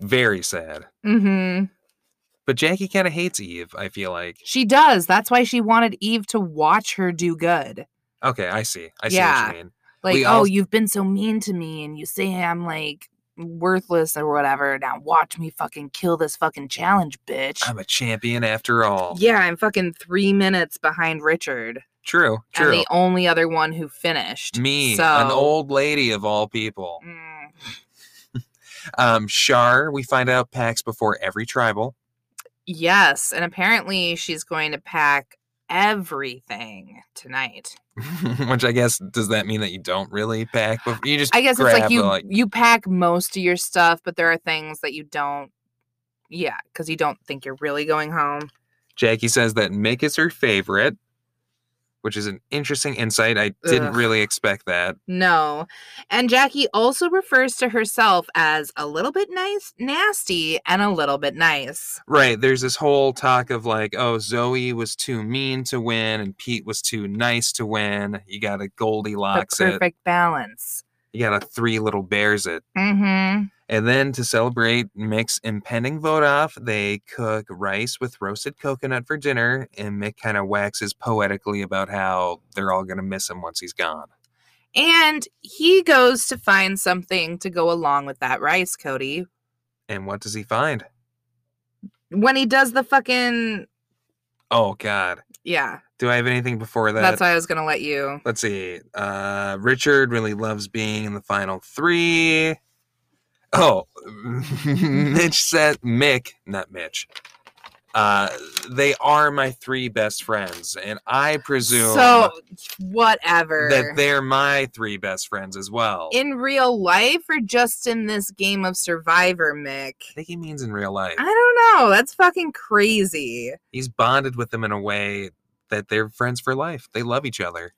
A: Very sad.
C: Mm-hmm.
A: But Jackie kind of hates Eve. I feel like.
C: She does. That's why she wanted Eve to watch her do good.
A: Okay, I see. I see
C: Yeah.
A: what you mean.
C: Like,
A: We
C: oh,
A: als-
C: you've been so mean to me and you say I'm like worthless or whatever. Now watch me fucking kill this fucking challenge, bitch.
A: I'm a champion after all.
C: yeah, I'm fucking three minutes behind Richard.
A: True.
C: and
A: True.
C: the only other one who finished.
A: Me,
C: so,
A: an old lady of all people.
C: Mm,
A: Um, Shar, we find out packs before every tribal.
C: yes, and apparently she's going to pack everything tonight.
A: Which I guess does that mean that you don't really pack? But you just
C: I guess it's
A: grab
C: like
A: the,
C: you you pack most of your stuff, but there are things that you don't. Yeah, because you don't think you're really going home.
A: Jackie says that Mick is her favorite, which is an interesting insight. I didn't
C: Ugh.
A: really expect that.
C: No. And Jackie also refers to herself as a little bit nice, nasty, and a little bit nice.
A: Right? There's this whole talk of like, oh, Zoe was too mean to win, and Pete was too nice to win. You got to
C: The
A: Goldilocks it.
C: perfect balance.
A: You got to three little bears it.
C: Mm-hmm.
A: And then to celebrate Mick's impending vote off, they cook rice with roasted coconut for dinner. And Mick kind of waxes poetically about how they're all going to miss him once he's gone.
C: And he goes to find something to go along with that rice, Cody.
A: And what does he find?
C: When he does the fucking
A: Oh, God.
C: yeah,
A: Do I have anything before that?
C: that's why I was gonna let you.
A: Let's see. Uh, Richard really loves being in the final three. Oh, Mitch said, Mick, not Mitch. Uh, they are my three best friends. And I presume.
C: So whatever.
A: that they're my three best friends as well.
C: in real life or just in this game of Survivor, Mick?
A: I think he means in real life.
C: I don't know. That's fucking crazy.
A: He's bonded with them in a way that they're friends for life. They love each other.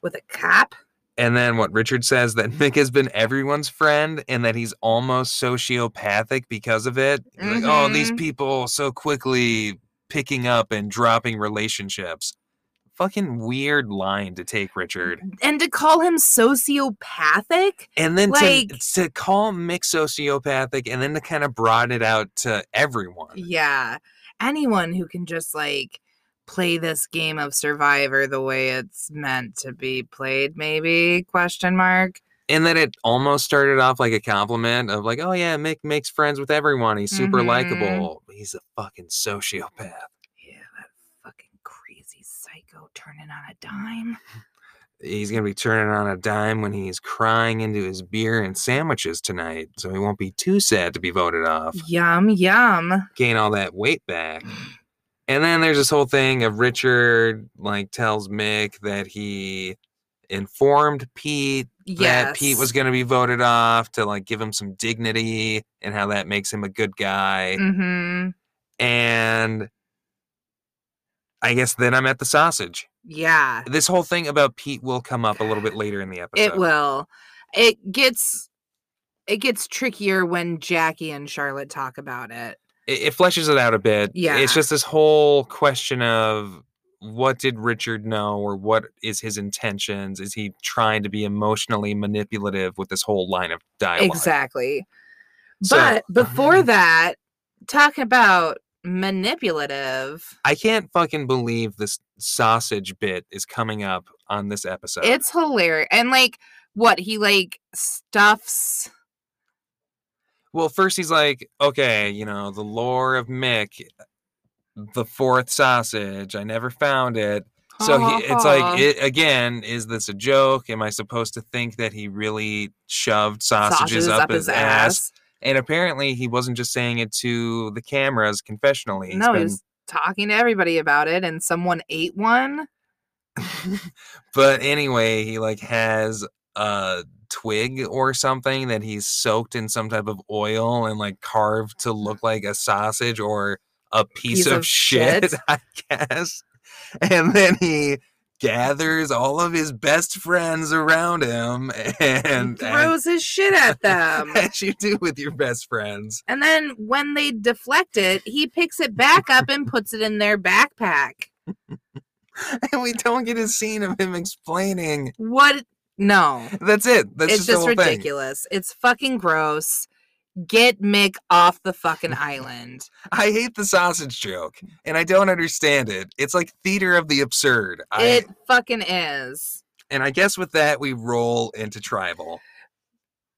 C: with a cop.
A: And then what Richard says that Mick has been everyone's friend and that he's almost sociopathic because of it. Like, oh, these
C: Mhm.
A: people so quickly picking up and dropping relationships. Fucking weird line to take, Richard.
C: And to call him sociopathic?
A: And then
C: Like-
A: to, to call Mick sociopathic and then to kind of broaden it out to everyone.
C: Yeah. Anyone who can just like play this game of survivor the way it's meant to be played maybe question mark
A: And that it almost started off like a compliment of like, oh yeah, Mick makes friends with everyone. He's super
C: Mhm.
A: likable. He's a fucking sociopath.
C: yeah that fucking crazy psycho turning on a dime
A: He's gonna be turning on a dime when he's crying into his beer and sandwiches tonight, so he won't be too sad to be voted off.
C: yum yum
A: gain all that weight back. And then there's this whole thing of Richard like tells Mick that he informed Pete that Pete was going to be voted off to like give him some dignity and how that makes him a good guy.
C: Mm-hmm.
A: And I guess then I'm at the sausage.
C: Yeah,
A: This whole thing about Pete will come up a little bit later in the episode.
C: it will. It gets it gets trickier when Jackie and Charlotte talk about it.
A: it, it fleshes it out a bit.
C: Yeah.
A: It's just this whole question of what did Richard know or what is his intentions? Is he trying to be emotionally manipulative with this whole line of dialogue?
C: Exactly.
A: So- uh-huh.
C: but before that, talk about manipulative.
A: I can't fucking believe this sausage bit is coming up on this episode.
C: It's hilarious. And like what he like stuffs
A: well, first he's like, okay, you know, the lore of Mick, the fourth sausage, I never found it. So he, it's like it, again, is this a joke? Am I supposed to think that he really shoved sausages, up, his, ass? And apparently, he wasn't just saying it to the cameras confessionally. He's
C: No,
A: been-
C: he was talking to everybody about it and someone ate one.
A: but anyway, he like has a twig or something that he's soaked in some type of oil and like carved to look like a sausage or a piece,
C: Mm-hmm. Piece
A: of,
C: of
A: shit,
C: shit.
A: I guess. And then he gathers all of his best friends around him and
C: and throws his shit at them.
A: as you do with your best friends.
C: And then when they deflect it, he picks it back up and puts it in their backpack.
A: And we don't get a scene of him explaining.
C: What? No.
A: That's it. That's just,
C: it's
A: the
C: just
A: whole thing.
C: ridiculous. It's fucking gross. Get Mick off the fucking island.
A: I hate the sausage joke, and I don't understand it. It's like theater of the absurd. I,
C: It fucking is.
A: and I guess with that, we roll into tribal.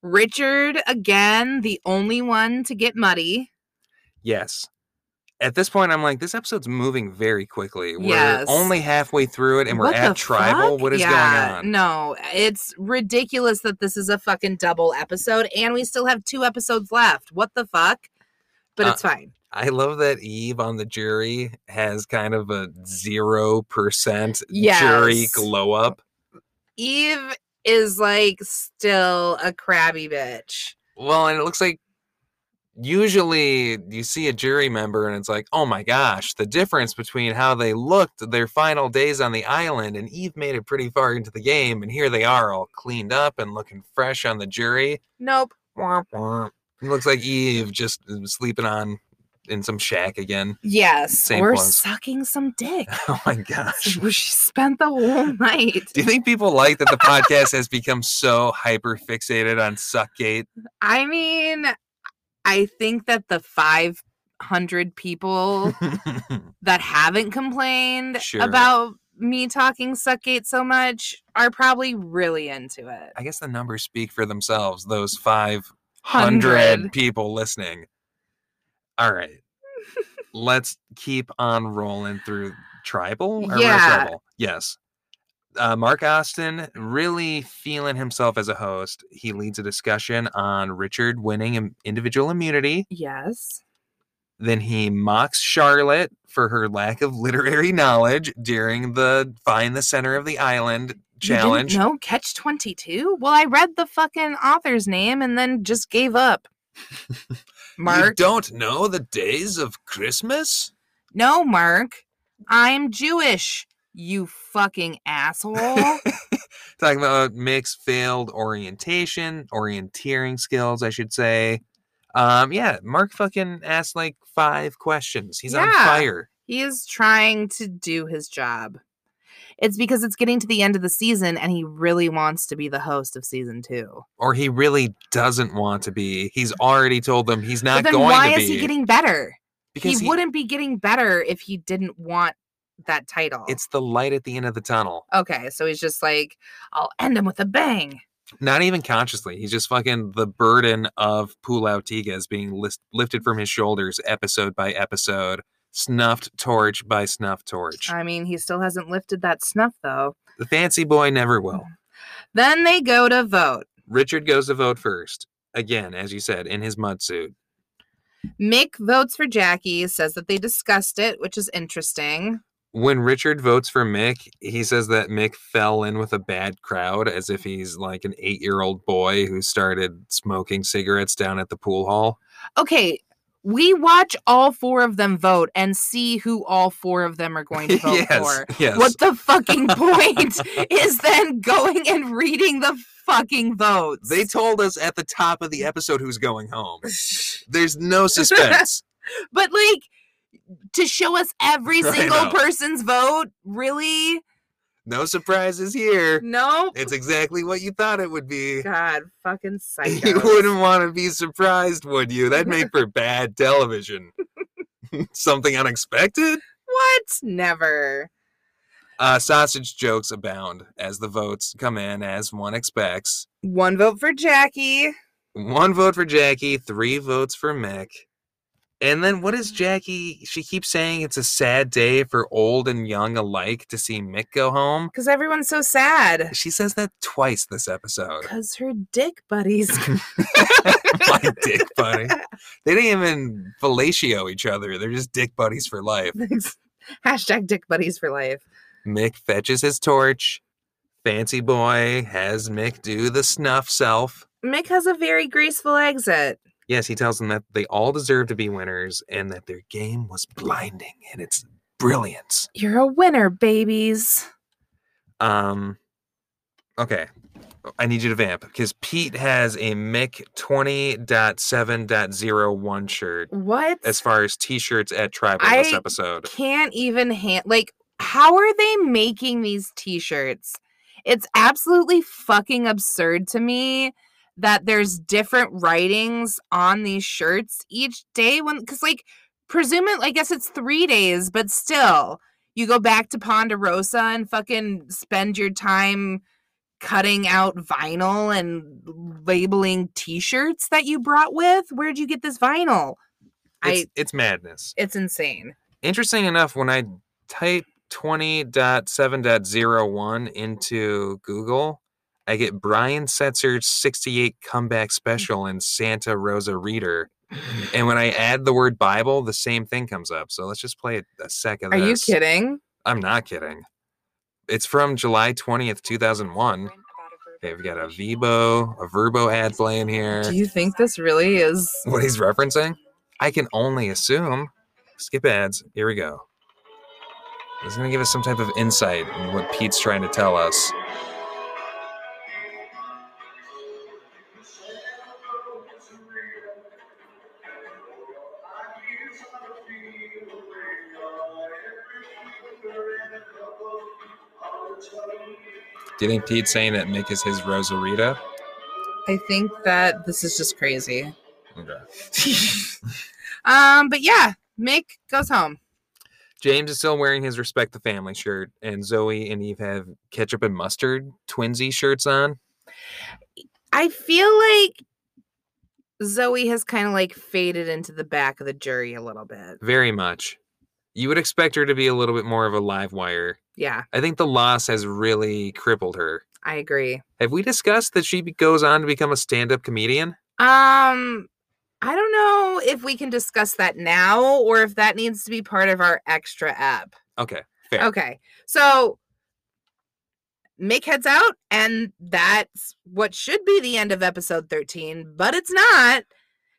C: Richard, again, the only one to get muddy.
A: Yes. At this point, I'm like, this episode's moving very quickly. We're
C: Yes.
A: only halfway through it, and we're
C: What the
A: at tribal.
C: fuck?
A: What is
C: Yeah,
A: going on?
C: No, it's ridiculous that this is a fucking double episode and we still have two episodes left. What the fuck? But
A: Uh,
C: it's fine.
A: I love that Eve on the jury has kind of a zero percent jury
C: Yes.
A: glow up.
C: Eve is like still a crabby bitch.
A: Well, and it looks like usually you see a jury member and it's like, oh my gosh, the difference between how they looked their final days on the island and Eve made it pretty far into the game, and here they are all cleaned up and looking fresh on the jury.
C: Nope.
A: Womp womp. It looks like Eve just is sleeping on in some shack again.
C: Yes.
A: Same
C: or
A: clothes.
C: sucking some dick.
A: Oh my gosh.
C: where she spent the whole night.
A: Do you think people like that the podcast has become so hyper fixated on Suckgate?
C: I mean, I think that the 500 people that haven't complained
A: Sure.
C: about me talking Suckgate so much are probably really into it.
A: I guess the numbers speak for themselves, those five
C: Hundred.
A: hundred people listening. All right, let's keep on rolling through tribal. Or we're at
C: Yeah.
A: tribal? Yes. Uh, Mark Austin really feeling himself as a host. He leads a discussion on Richard winning im- individual immunity.
C: Yes.
A: Then he mocks Charlotte for her lack of literary knowledge during the find the center of the island challenge.
C: No, catch 22? Well, I read the fucking author's name and then just gave up.
A: You
C: Mark.
A: don't know the days of Christmas?
C: No, Mark. I'm Jewish. You fucking asshole.
A: Talking about mixed failed orientation, orienteering skills, I should say. Um, yeah, Mark fucking asked like five questions. He's on
C: Yeah.
A: fire.
C: He is trying to do his job. It's because it's getting to the end of the season and he really wants to be the host of season two.
A: Or he really doesn't want to be. He's already told them he's not
C: but then
A: going
C: why
A: to be.
C: is he getting better?
A: because
C: he, wouldn't be getting better if he didn't want that title.
A: It's the light at the end of the tunnel.
C: okay, so he's just like, I'll end him with a bang.
A: Not even consciously. He's just fucking the burden of Pulau Tiga is being list- lifted from his shoulders episode by episode, snuffed torch by snuff torch.
C: I mean, he still hasn't lifted that snuff though.
A: the fancy boy never will.
C: Then they go to vote.
A: Richard goes to vote first. Again, as you said, in his mud suit.
C: Mick votes for Jackie, says that they discussed it, which is interesting.
A: When Richard votes for Mick, he says that Mick fell in with a bad crowd as if he's like an eight year old boy who started smoking cigarettes down at the pool hall.
C: Okay, we watch all four of them vote and see who all four of them are going to vote
A: yes.
C: for.
A: Yes.
C: What the fucking point is then going and reading the fucking votes?
A: They told us at the top of the episode who's going home. There's no suspense.
C: but like to show us every
A: I
C: single
A: know.
C: person's vote, really?
A: no surprises here.
C: No.
A: It's exactly what you thought it would be.
C: God, fucking psycho.
A: You wouldn't want to be surprised, would you? That'd make for bad television. Something unexpected?
C: What? Never.
A: Uh, sausage jokes abound as the votes come in, as one expects.
C: One vote for Jackie.
A: One vote for Jackie, three votes for Mick. And then what is Jackie? She keeps saying it's a sad day for old and young alike to see Mick go home.
C: Because everyone's so sad.
A: She says that twice this episode.
C: Because her dick buddies.
A: My dick buddy. They didn't even fellatio each other. They're just dick buddies for life.
C: Hashtag dick buddies for life.
A: Mick fetches his torch. Fancy boy has Mick do the snuff self.
C: Mick has a very graceful exit.
A: Yes, he tells them that they all deserve to be winners and that their game was blinding and its brilliance.
C: You're a winner, babies.
A: Um okay. I need you to vamp because Pete has a Mick 20.7.01 shirt
C: What?
A: as far as t-shirts at tribal this
C: I
A: episode.
C: can't even hand like how are they making these t-shirts it's absolutely fucking absurd to me that there's different writings on these shirts each day when because like presuming i guess it's three days but still you go back to ponderosa and fucking spend your time cutting out vinyl and labeling t-shirts that you brought with where'd you get this vinyl
A: It's,
C: i
A: it's madness.
C: it's insane
A: interesting enough, when I type 20.7.01 into Google, I get Brian Setzer's 68 comeback special and Santa Rosa Reader. And when I add the word Bible, the same thing comes up. So let's just play a, a sec of
C: are you
A: this.
C: kidding
A: I'm not kidding. It's from July 20th, 2001. Okay, we've got a Vibo, a Verbo ad playing here.
C: Do you think this really is?
A: What he's referencing? I can only assume. Skip ads. Here we go. He's going to give us some type of insight in what Pete's trying to tell us. Do you think Pete's saying that Mick is his Rosarita?
C: I think that this is just crazy.
A: Okay.
C: um, but yeah, Mick goes home.
A: James is still wearing his respect the family shirt, and Zoe and Eve have ketchup and mustard twinsy shirts on.
C: I feel like Zoe has kind of like faded into the back of the jury a little bit.
A: Very much. You would expect her to be a little bit more of a live wire.
C: Yeah,
A: I think the loss has really crippled her.
C: I agree.
A: Have we discussed that she be- goes on to become a stand up comedian?
C: Um, I don't know if we can discuss that now or if that needs to be part of our extra app.
A: Okay, fair.
C: Okay. So Mick heads out, and that's what should be the end of episode 13, but it's not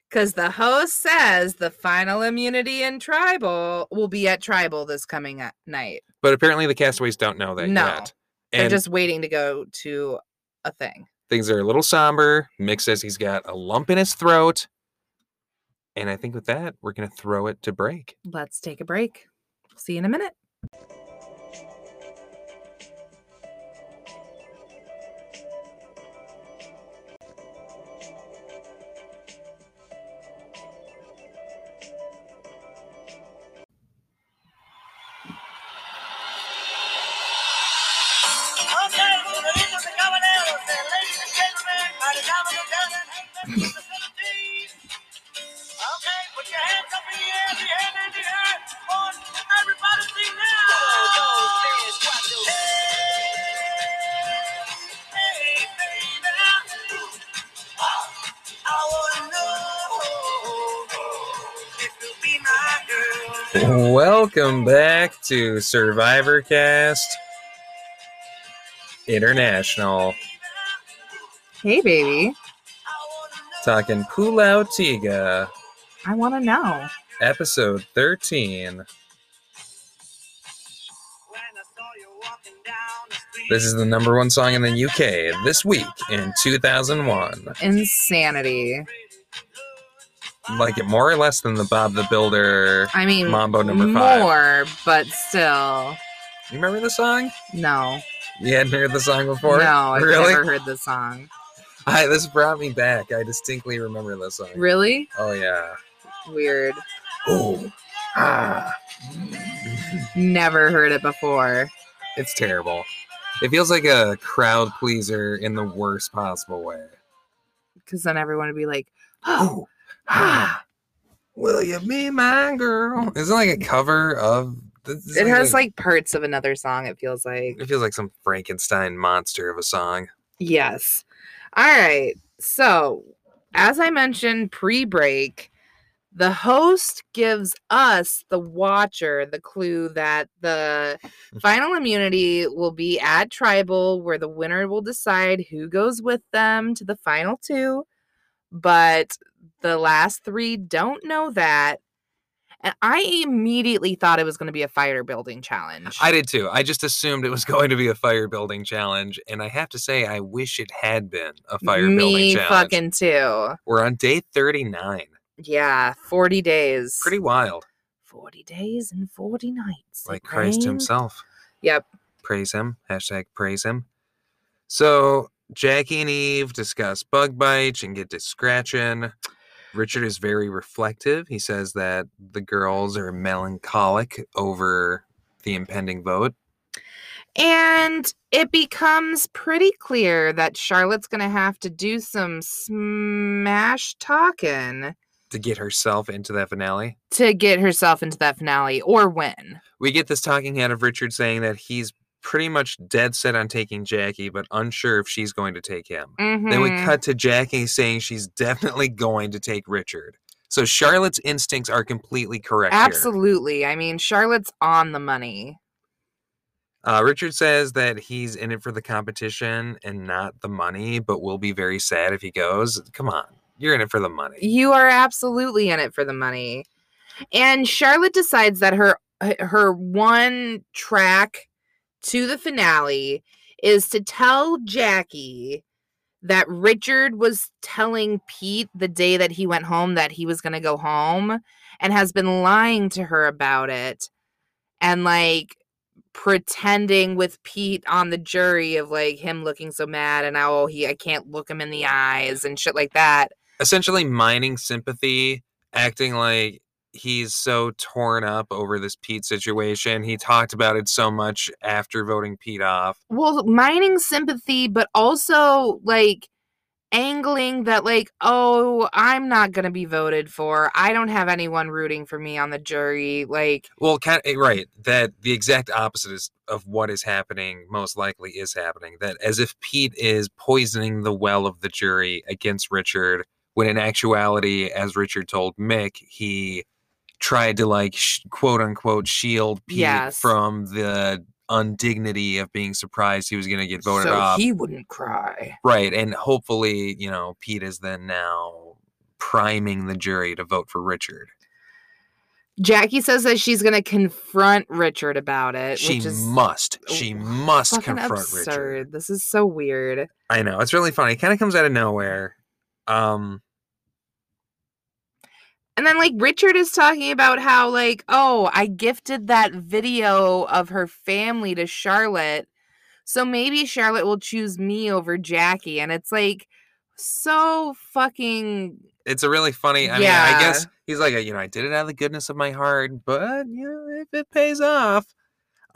C: because the host says the final immunity in tribal will be at tribal this coming at night.
A: But apparently the castaways don't know that
C: No.
A: yet.
C: They're
A: And
C: just waiting to go to a thing.
A: things are a little somber. Mick says he's got a lump in his throat. And I think with that, we're going to throw it to break.
C: Let's take a break. See you in a minute.
A: Welcome back to Survivor Cast International.
C: Hey, baby.
A: Talking Pulau Tiga,
C: I want to know.
A: episode 13. This is the number one song in the UK this week in 2001.
C: Insanity.
A: Like it more or less than the Bob the Builder
C: I mean,
A: Mambo number five.
C: more, but still,
A: You remember the song?
C: no.
A: You hadn't heard the song before?
C: no, I've
A: really?
C: never heard this song.
A: I, this brought me back. I distinctly remember this song.
C: Really?
A: Oh, yeah.
C: Weird.
A: Oh, ah.
C: Never heard it before.
A: It's terrible. It feels like a crowd pleaser in the worst possible way.
C: Because then everyone would be like, oh,
A: ah. Will you be my girl? Is it like a cover of? This is
C: it has
A: a-
C: like parts of another song, it feels like.
A: It feels like some Frankenstein monster of a song.
C: Yes. All right. So, as I mentioned pre break, the host gives us, the watcher, the clue that the
A: Mm.
C: final immunity will be at tribal, where the winner will decide who goes with them to the final two. But the last three don't know that. And I immediately thought it was going to be a fire building challenge.
A: I did too. I just assumed it was going to be a fire building challenge, and I have to say, I wish it had been a fire building
C: Me
A: challenge.
C: fucking too.
A: We're on day thirty nine.
C: Yeah, 40 days.
A: Pretty wild.
C: 40 days and 40 nights.
A: Like
C: it
A: Christ
C: rained.
A: Himself.
C: Yep.
A: praise him hashtag praise him so jackie and eve discuss bug bites and get to scratching richard is very reflective he says that the girls are melancholic over the impending vote
C: And it becomes pretty clear that Charlotte's going to have to do some smash talking
A: to get herself into that finale
C: to get herself into that finale or win.
A: we get this talking head of richard saying that he's pretty much dead set on taking jackie but unsure if she's going to take him Then we
C: Mhm.
A: cut to Jackie saying she's definitely going to take Richard. So Charlotte's instincts are completely correct. here.
C: Absolutely. I mean, Charlotte's on the money.
A: Uh, Richard says that he's in it for the competition and not the money, but will be very sad if he goes. Come on, you're in it for the money.
C: You are absolutely in it for the money. And Charlotte decides that her h- her one track to the finale is to tell Jackie that Richard was telling Pete the day that he went home that he was going to go home and has been lying to her about it and like pretending with Pete on the jury of like him looking so mad and how he I can't look him in the eyes and shit like that.
A: Essentially, mining sympathy, acting like he's so torn up over this Pete situation. He talked about it so much after voting Pete off.
C: well mining sympathy but also like angling that like oh i'm not going to be voted for i don't have anyone rooting for me on the jury like
A: Well, kind right. That the exact opposite is of what is happening, most likely is happening. That as if Pete is poisoning the well of the jury against Richard, when in actuality, as Richard told Mick, he tried to like sh- quote unquote shield Pete
C: Yes.
A: from the undignity of being surprised he was going to get voted
C: so
A: off.
C: he wouldn't cry
A: right, and hopefully, you know, Pete is then now priming the jury to vote for Richard.
C: Jackie says that she's going to confront Richard about it,
D: she
C: which is
D: must. She must
C: fucking
D: confront
C: absurd.
D: Richard.
C: This is so weird.
A: I know it's really funny. Kind of comes out of nowhere. Um,
C: And then like Richard is talking about how like, "Oh, I gifted that video of her family to Charlotte. So maybe Charlotte will choose me over Jackie." And it's like so fucking
A: it's a really funny. I mean, I guess he's like, you know, I did it out of the goodness of my heart, but you know, if it pays off.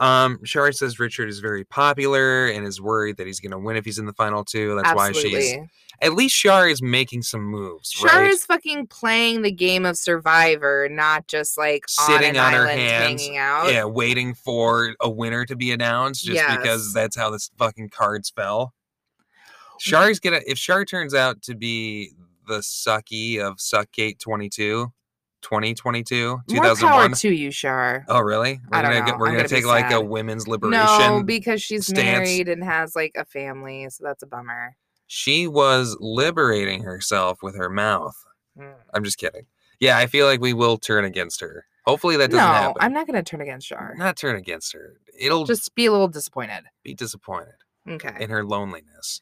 A: Um, Shari says Richard is very popular and is worried that he's going to win if he's in the final two. That's why she's
C: absolutely.
A: at least Shari is making some moves.
C: Char
A: right?
C: is fucking playing the game of survivor, not just like
A: Sitting
C: on,
A: on
C: an
A: her
C: island
A: hands.
C: hanging out.
A: yeah, waiting for a winner to be announced just because
C: Yes.
A: that's how this fucking cards fell. Shari's gonna if Shari turns out to be the sucky of Suckgate 22, 2022,
C: More power
A: 2001.
C: to you, Char.
A: Oh really? We're
C: I don't
A: gonna
C: know.
A: get- we're
C: I'm
A: gonna,
C: gonna be
A: take like a
C: sad.
A: women's liberation.
C: No, because she's
A: stance.
C: married and has like a family, so that's a bummer.
A: she was liberating herself with her mouth.
C: Mm.
A: I'm just kidding. Yeah, I feel like we will turn against her. Hopefully that doesn't
C: no,
A: happen.
C: I'm not going to turn against Char.
A: not turn against her. It'll just
C: Just be a little disappointed.
A: be disappointed
C: Okay.
A: in her loneliness.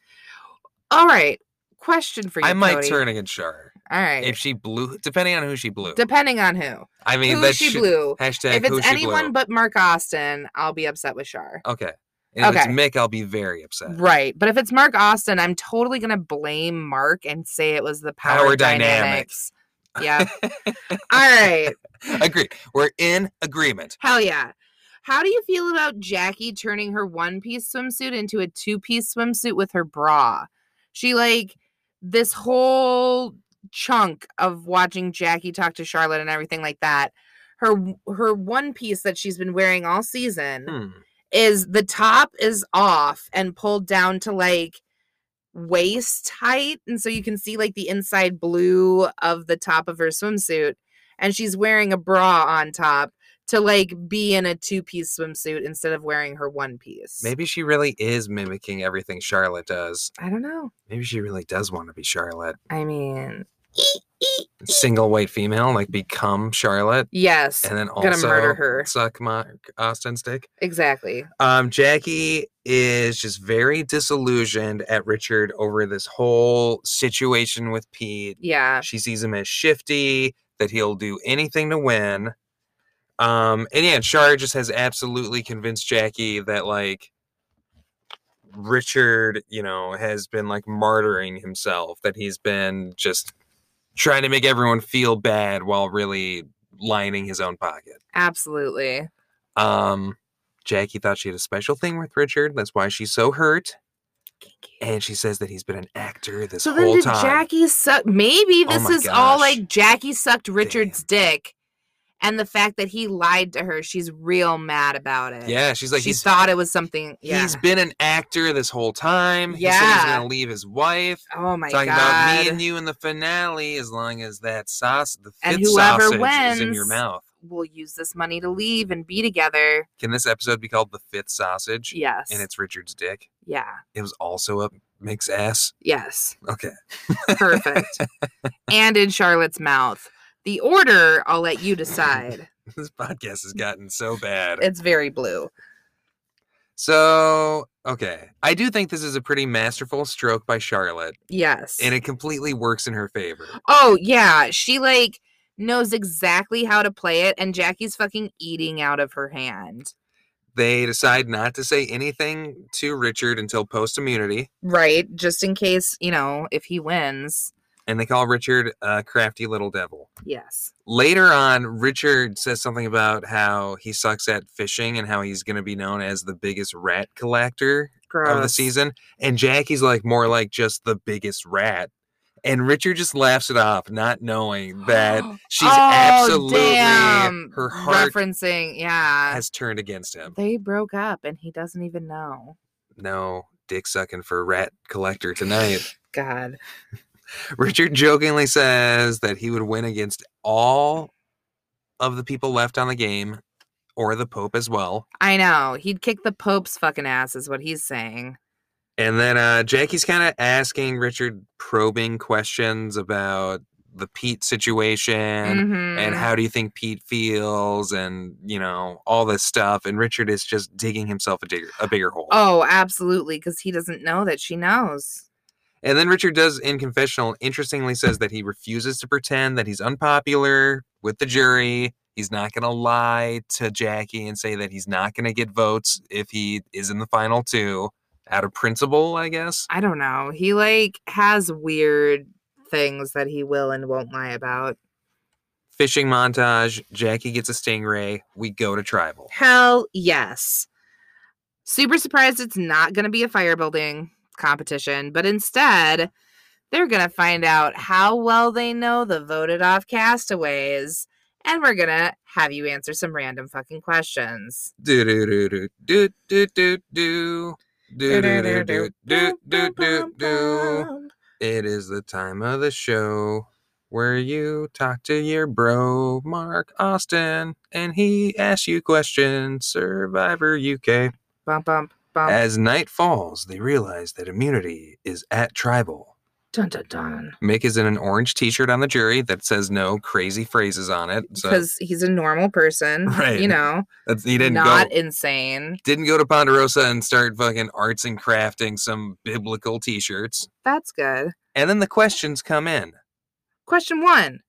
C: All right. Question for you.
A: I might
C: Cody.
A: turn against Char
C: All right.
A: if she blew, depending on who she blew.
C: Depending on who.
A: I mean,
C: who
A: that
C: she
A: should-
C: blew.
A: Hashtag
C: if
A: who
C: it's
A: she
C: anyone
A: blew.
C: but Mark Austin, I'll be upset with Char.
A: okay, and if it's
C: Okay.
A: Mick, I'll be very upset.
C: Right. But if it's Mark Austin, I'm totally going to blame Mark and say it was the power,
A: Power
C: dynamics.
A: dynamics.
C: Yeah. All right.
A: Agree. We're in agreement.
C: Hell yeah. How do you feel about Jackie turning her one piece swimsuit into a two piece swimsuit with her bra? She, like, this whole chunk of watching Jackie talk to Charlotte and everything like that. Her w- her one piece that she's been wearing all season
A: Hmm.
C: is the top is off and pulled down to like waist height and so you can see like the inside blue of the top of her swimsuit and she's wearing a bra on top to like be in a two-piece swimsuit instead of wearing her one piece
A: Maybe she really is mimicking everything Charlotte does.
C: i don't know
A: Maybe she really does want to be Charlotte,
C: i mean
A: single white female, like become Charlotte,
C: yes
A: and then also
C: Gonna murder her.
A: suck Mark Austin's dick.
C: exactly
A: Um, Jackie is just very disillusioned at Richard over this whole situation with Pete.
C: yeah
A: She sees him as shifty, that he'll do anything to win. Um, and yeah, Char just has absolutely convinced Jackie that like Richard, you know, has been like martyring himself, that he's been just trying to make everyone feel bad while really lining his own pocket.
C: absolutely
A: Um, Jackie thought she had a special thing with Richard. That's why she's so hurt. And she says that he's been an actor this
C: so then
A: whole
C: did
A: time. Oh
C: jackie suck maybe this
A: my
C: is all
A: gosh.
C: like jackie sucked richard's dick and the fact that he lied to her she's real mad about it
A: yeah, she's like
C: she
A: he's
C: thought it was something. Yeah.
A: he's been an actor this whole time. He said he's
C: Yeah.
A: gonna leave his wife.
C: oh my
A: talking
C: god.
A: about me and you in the finale, as long as that sauce, the
C: And
A: fifth
C: whoever
A: sausage is in your
C: wins-
A: mouth.
C: we'll use this money to leave and be together.
A: Can this episode be called the fifth sausage?
C: Yes.
A: And it's Richard's dick.
C: yeah.
A: It was also up Mick's ass.
C: Yes.
A: Okay.
C: Perfect. and in Charlotte's mouth. The order I'll let you decide.
A: This podcast
C: Mm.
A: has gotten so bad.
C: It's very blue.
A: So, okay. I do think this is a pretty masterful stroke by Charlotte,
C: Yes.
A: and it completely works in her favor.
C: oh yeah. She like knows exactly how to play it and Jackie's fucking eating out of her hand.
A: They decide not to say anything to Richard until post immunity,
C: Right? Just in case, you know, if he wins.
A: and they call Richard a crafty little devil.
C: Yes.
A: Later on, Richard says something about how he sucks at fishing and how he's going to be known as the biggest rat collector
C: Gross.
A: of the season. And Jackie's like, more like just the biggest rat. And Richard just laughs it off, not knowing that She's absolutely
C: Oh, damn.
A: her heart
C: referencing. Yeah,
A: has turned against him.
C: they broke up, and he doesn't even know.
A: No dick sucking for rat collector tonight.
C: God,
A: Richard jokingly says that he would win against all of the people left on the game or the Pope as well.
C: I know he'd kick the Pope's fucking ass, is what he's saying.
A: And then uh, Jackie's kind of asking Richard probing questions about the Pete situation and
C: Mhm.
A: how do you think Pete feels and you know all this stuff and Richard is just digging himself a digger, a bigger hole.
C: Oh, absolutely, because he doesn't know that she knows.
A: And then Richard does in confessional interestingly says that he refuses to pretend that he's unpopular with the jury. He's not going to lie to Jackie and say that he's not going to get votes if he is in the final two out of principle, I guess.
C: I don't know. He like has weird things that he will and won't lie about.
A: Fishing montage, Jackie gets a stingray, we go to tribal.
C: Hell yes. Super surprised it's not going to be a fire building competition, but instead, they're going to find out how well they know the voted off castaways, and we're going to have you answer some random fucking questions.
A: Do do do do do do do do do do do do do do do. It is the time of the show where you talk to your bro, Mark Austin, and he asks you questions. Survivor UK.
C: Bump, bump, bump.
A: As night falls, they realize that immunity is at tribal.
C: dun, dun, dun.
A: Mick is in an orange t shirt on the jury that says no crazy phrases on it. So
C: Because he's a normal person,
A: Right.
C: you know,
A: that's, he didn't
C: not
A: go.
C: insane.
A: Didn't go to Ponderosa and start fucking arts and crafting some biblical t shirts.
C: That's good.
A: And then the questions come in.
C: Question one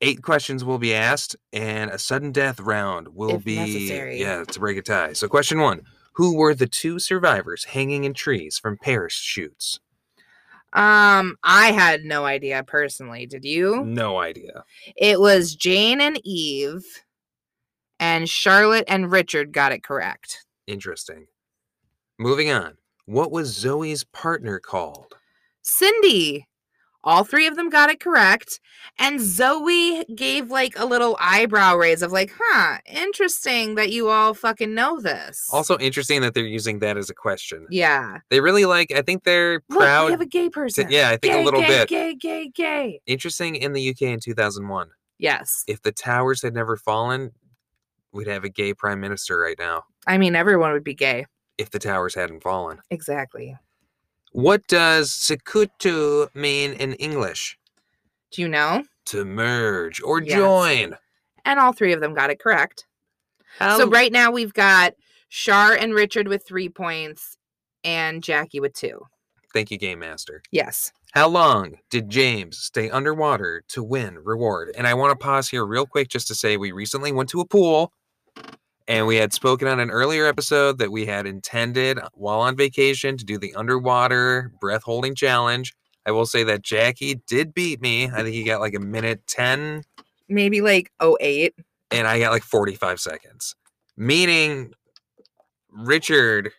A: eight questions will be asked and a sudden death round will
C: If
A: be
C: necessary.
A: yeah to break a tie so question one who were the two survivors hanging in trees from parachutes
C: Um, I had no idea personally. Did you?
A: no idea
C: It was Jane and Eve, and Charlotte and Richard got it correct.
A: interesting moving on what was zoe's partner called
C: Cindy, all three of them got it correct. And Zoe gave like a little eyebrow raise of like, huh, interesting that you all fucking know this.
A: also interesting that they're using that as a question
C: yeah.
A: they really like i think they're
C: Look, we
A: proud
C: have a gay person.
A: to- yeah i think
C: gay,
A: a little
C: gay,
A: bit
C: Gay, gay, gay.
A: interesting in the uk in 2001
C: Yes.
A: if the towers had never fallen we'd have a gay prime minister right now
C: I mean, everyone would be gay.
A: if the towers hadn't fallen
C: Exactly.
A: What does sekutu mean in English?
C: Do you know?
A: To merge or
C: Yes.
A: join.
C: And all three of them got it correct. So
A: How-
C: right now we've got Shar and Richard with three points and Jackie with two.
A: Thank you, Game Master.
C: Yes.
A: How long did James stay underwater to win reward? And I want to pause here real quick just to say we recently went to a pool and we had spoken on an earlier episode that we had intended while on vacation to do the underwater breath holding challenge. I will say that Jackie did beat me. I think he got like a minute 10
C: Maybe like 08.
A: and I got like 45 seconds. Meaning Richard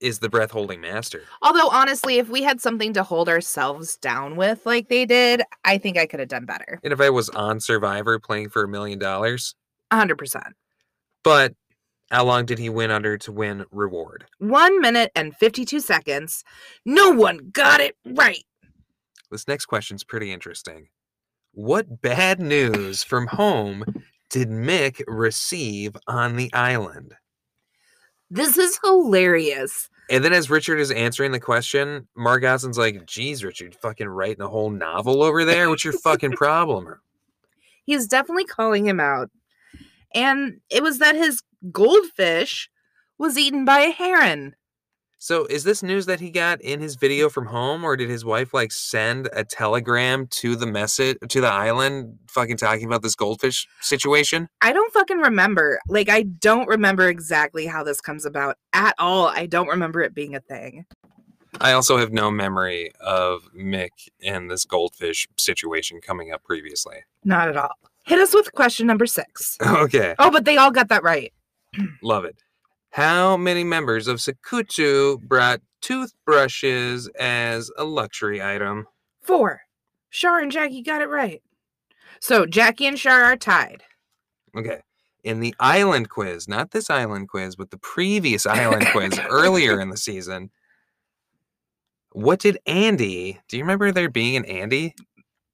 A: is the breath holding master.
C: Although honestly, if we had something to hold ourselves down with like they did, I think I could have done better.
A: And if I was on Survivor playing for a million dollars,
C: 100%.
A: but how long did he win under to win reward?
C: 1 minute and 52 seconds. No one got it right.
A: This next question's pretty interesting. What bad news from home did Mick receive on the island?
C: This is hilarious.
A: And then as Richard is answering the question, Mark Gosson's like, geez, Richard, fucking writing a whole novel over there? What's your fucking problem?
C: He's definitely calling him out. And it was that his goldfish was eaten by a heron.
A: So is this news that he got in his video from home, or did his wife like send a telegram to the message to the island, fucking talking about this goldfish situation?
C: I don't fucking remember. Like, I don't remember exactly how this comes about at all. I don't remember it being a thing.
A: I also have no memory of Mick and this goldfish situation coming up previously.
C: Not at all. Hit us with question number six.
A: Okay,
C: Oh, but they all got that right.
A: love it. How many members of Sakutu brought toothbrushes as a luxury item?
C: Four. Shar and Jackie got it right. So Jackie and Shar are tied.
A: Okay. In the island quiz, not this island quiz, but the previous island quiz earlier in the season, what did Andy, do you remember there being an Andy?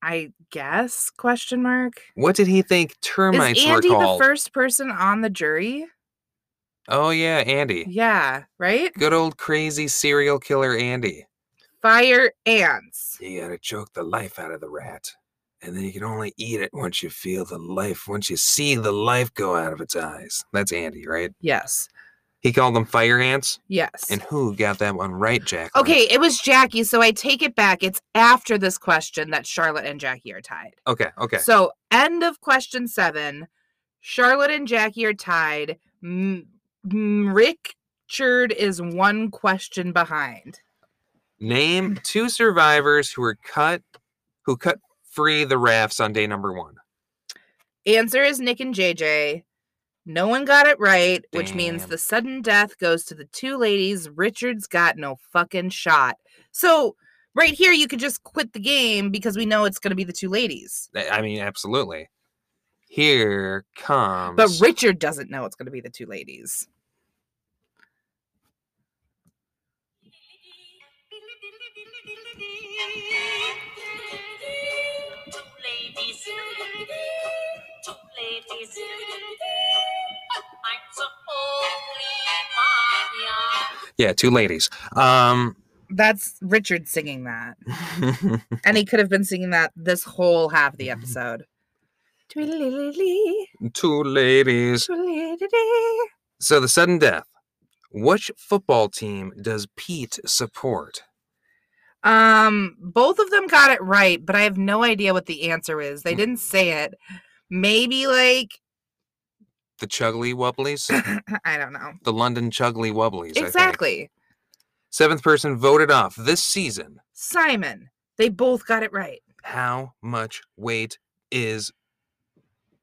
C: I guess? Question mark.
A: What did he think termites
C: Is Andy
A: were
C: the
A: called?
C: first person on the jury?
A: oh, yeah, Andy.
C: Yeah, right?
A: Good old crazy serial killer Andy.
C: Fire ants.
A: You gotta choke the life out of the rat. and then you can only eat it once you feel the life, once you see the life go out of its eyes. That's Andy, right?
C: Yes.
A: He called them fire ants.
C: Yes.
A: And who got that one right, Jack?
C: okay, it was Jackie, so I take it back. It's after this question that Charlotte and Jackie are tied.
A: Okay. Okay.
C: So, end of question seven. Charlotte and Jackie are tied. M- M- Richard is one question behind.
A: Name two survivors who were cut, who cut free the rafts on day number one.
C: Answer is Nick and JJ. No one got it right, which means
A: Damn.
C: the sudden death goes to the two ladies. Richard's got no fucking shot. So, right here, you could just quit the game because we know it's going to be the two ladies.
A: I I mean, absolutely. Here comes.
C: But Richard doesn't know it's going to be the two ladies.
A: yeah, two ladies. Um,
C: That's Richard singing that. And he could have been singing that this whole half of the episode. Tweedledee,
A: two ladies.
C: tweedledee.
A: So the sudden death. Which football team does Pete support?
C: Um, both of them got it right, but I have no idea what the answer is. They didn't say it. Maybe like
A: The Chuggly Wubblies?
C: I don't know.
A: the London Chuggly Wubblies. I think.
C: Exactly.
A: Seventh person voted off this season.
C: Simon. They both got it right.
A: How much weight is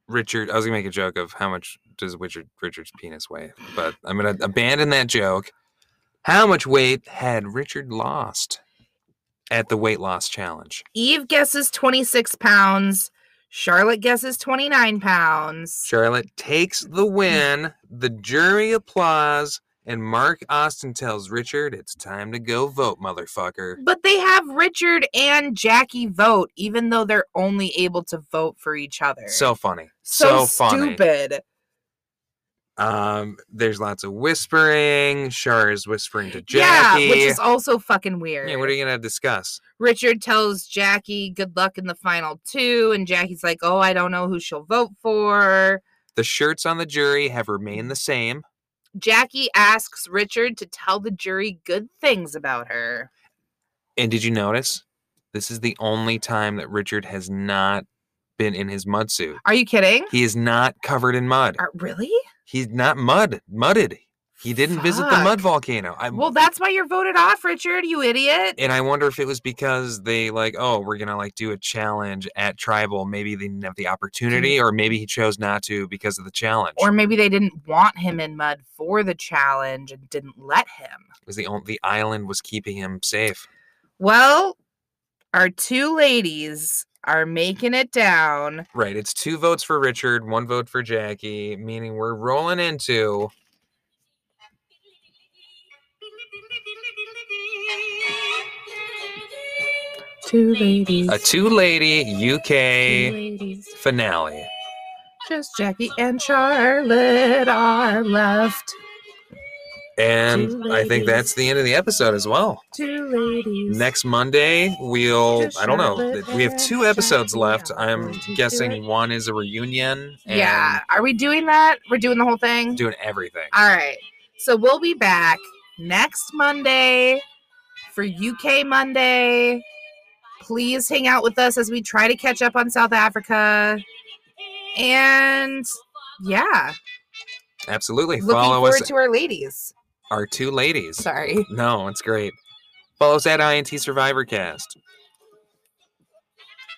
A: Richard? I was gonna make a joke of how much does Richard Richard's penis weigh, but I'm gonna abandon that joke. How much weight had Richard lost at the weight loss challenge?
C: Eve guesses 26 pounds. Charlotte guesses 29 pounds.
A: Charlotte takes the win. The jury applause, and Mark Austin tells Richard, "It's time to go vote, motherfucker."
C: But they have Richard and Jackie vote, even though they're only able to vote for each other.
A: So funny.
C: so,
A: funny.
C: stupid.
A: Um, there's lots of whispering. Shar is whispering to
C: Yeah,
A: Jackie.
C: which is also fucking weird.
A: yeah, what are you gonna discuss?
C: Richard tells Jackie good luck in the final two, and Jackie's like, oh, I don't know who she'll vote for.
A: The shirts on the jury have remained the same.
C: Jackie asks Richard to tell the jury good things about her.
A: And did you notice? This is the only time that Richard has not been in his mud suit.
C: Are you kidding?
A: He is not covered in mud.
C: Are, really?
A: He's not mud mudded. He didn't visit the mud
C: Fuck.
A: volcano. I
C: Well, that's why you're voted off, Richard, you idiot.
A: and I wonder if it was because they like, oh, we're gonna like do a challenge at tribal. Maybe they didn't have the opportunity, or maybe he chose not to because of the challenge.
C: Or maybe they didn't want him in mud for the challenge and didn't let him.
A: was the only the island was keeping him safe.
C: Well, our two ladies are making it down.
A: Right. It's two votes for Richard, one vote for Jackie, meaning we're rolling into
C: Two ladies.
A: a two lady UK finale.
C: Just Jackie and Charlotte are left.
A: And
C: Two
A: I think that's the end of the episode as well.
C: Two ladies.
A: Next Monday, we'll,
C: Just
A: I don't know,
C: Charlotte
A: th- we have
C: and
A: two episodes
C: Jackie
A: left.
C: are
A: I'm
C: going to do
A: guessing
C: it.
A: one is a reunion. And
C: Yeah. Are we doing that? We're doing the whole thing?
A: Doing everything.
C: All right. So we'll be back next Monday for UK Monday. Please hang out with us as we try to catch up on South Africa. And yeah,
A: Absolutely.
C: looking
A: Follow
C: forward
A: us,
C: to our ladies.
A: our two ladies.
C: Sorry.
A: No, it's great. Follow us at INT SurvivorCast.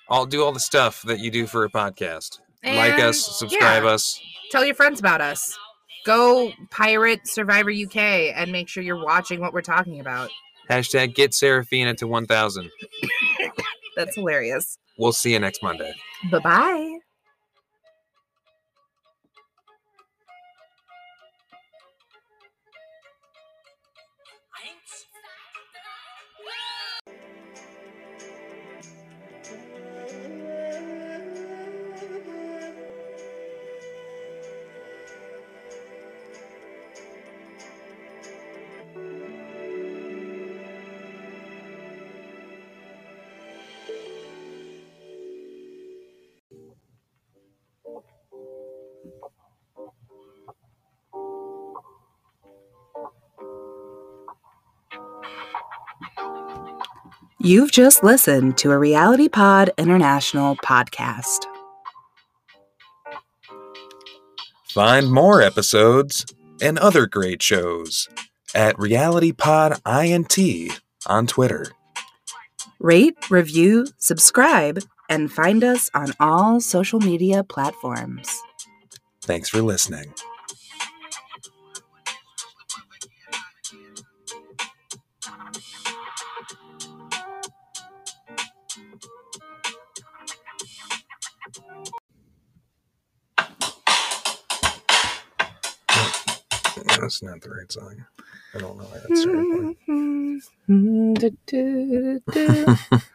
A: I'll do all the stuff that you do for a podcast. like
C: And,
A: us, subscribe
C: yeah,
A: us.
C: Tell your friends about us. Go pirate Survivor UK and make sure you're watching what we're talking about.
A: Hashtag get Serafina to 1000.
C: That's hilarious.
A: We'll see you next Monday.
C: Bye bye. You've just listened to a Reality Pod International podcast.
A: Find more episodes and other great shows at RealityPodINT on Twitter.
C: Rate, review, subscribe, and find us on all social media platforms.
A: Thanks for listening. That's not the right song. I don't know why that's the right one.
E: Mm-hmm. Mm, do, do, do, do.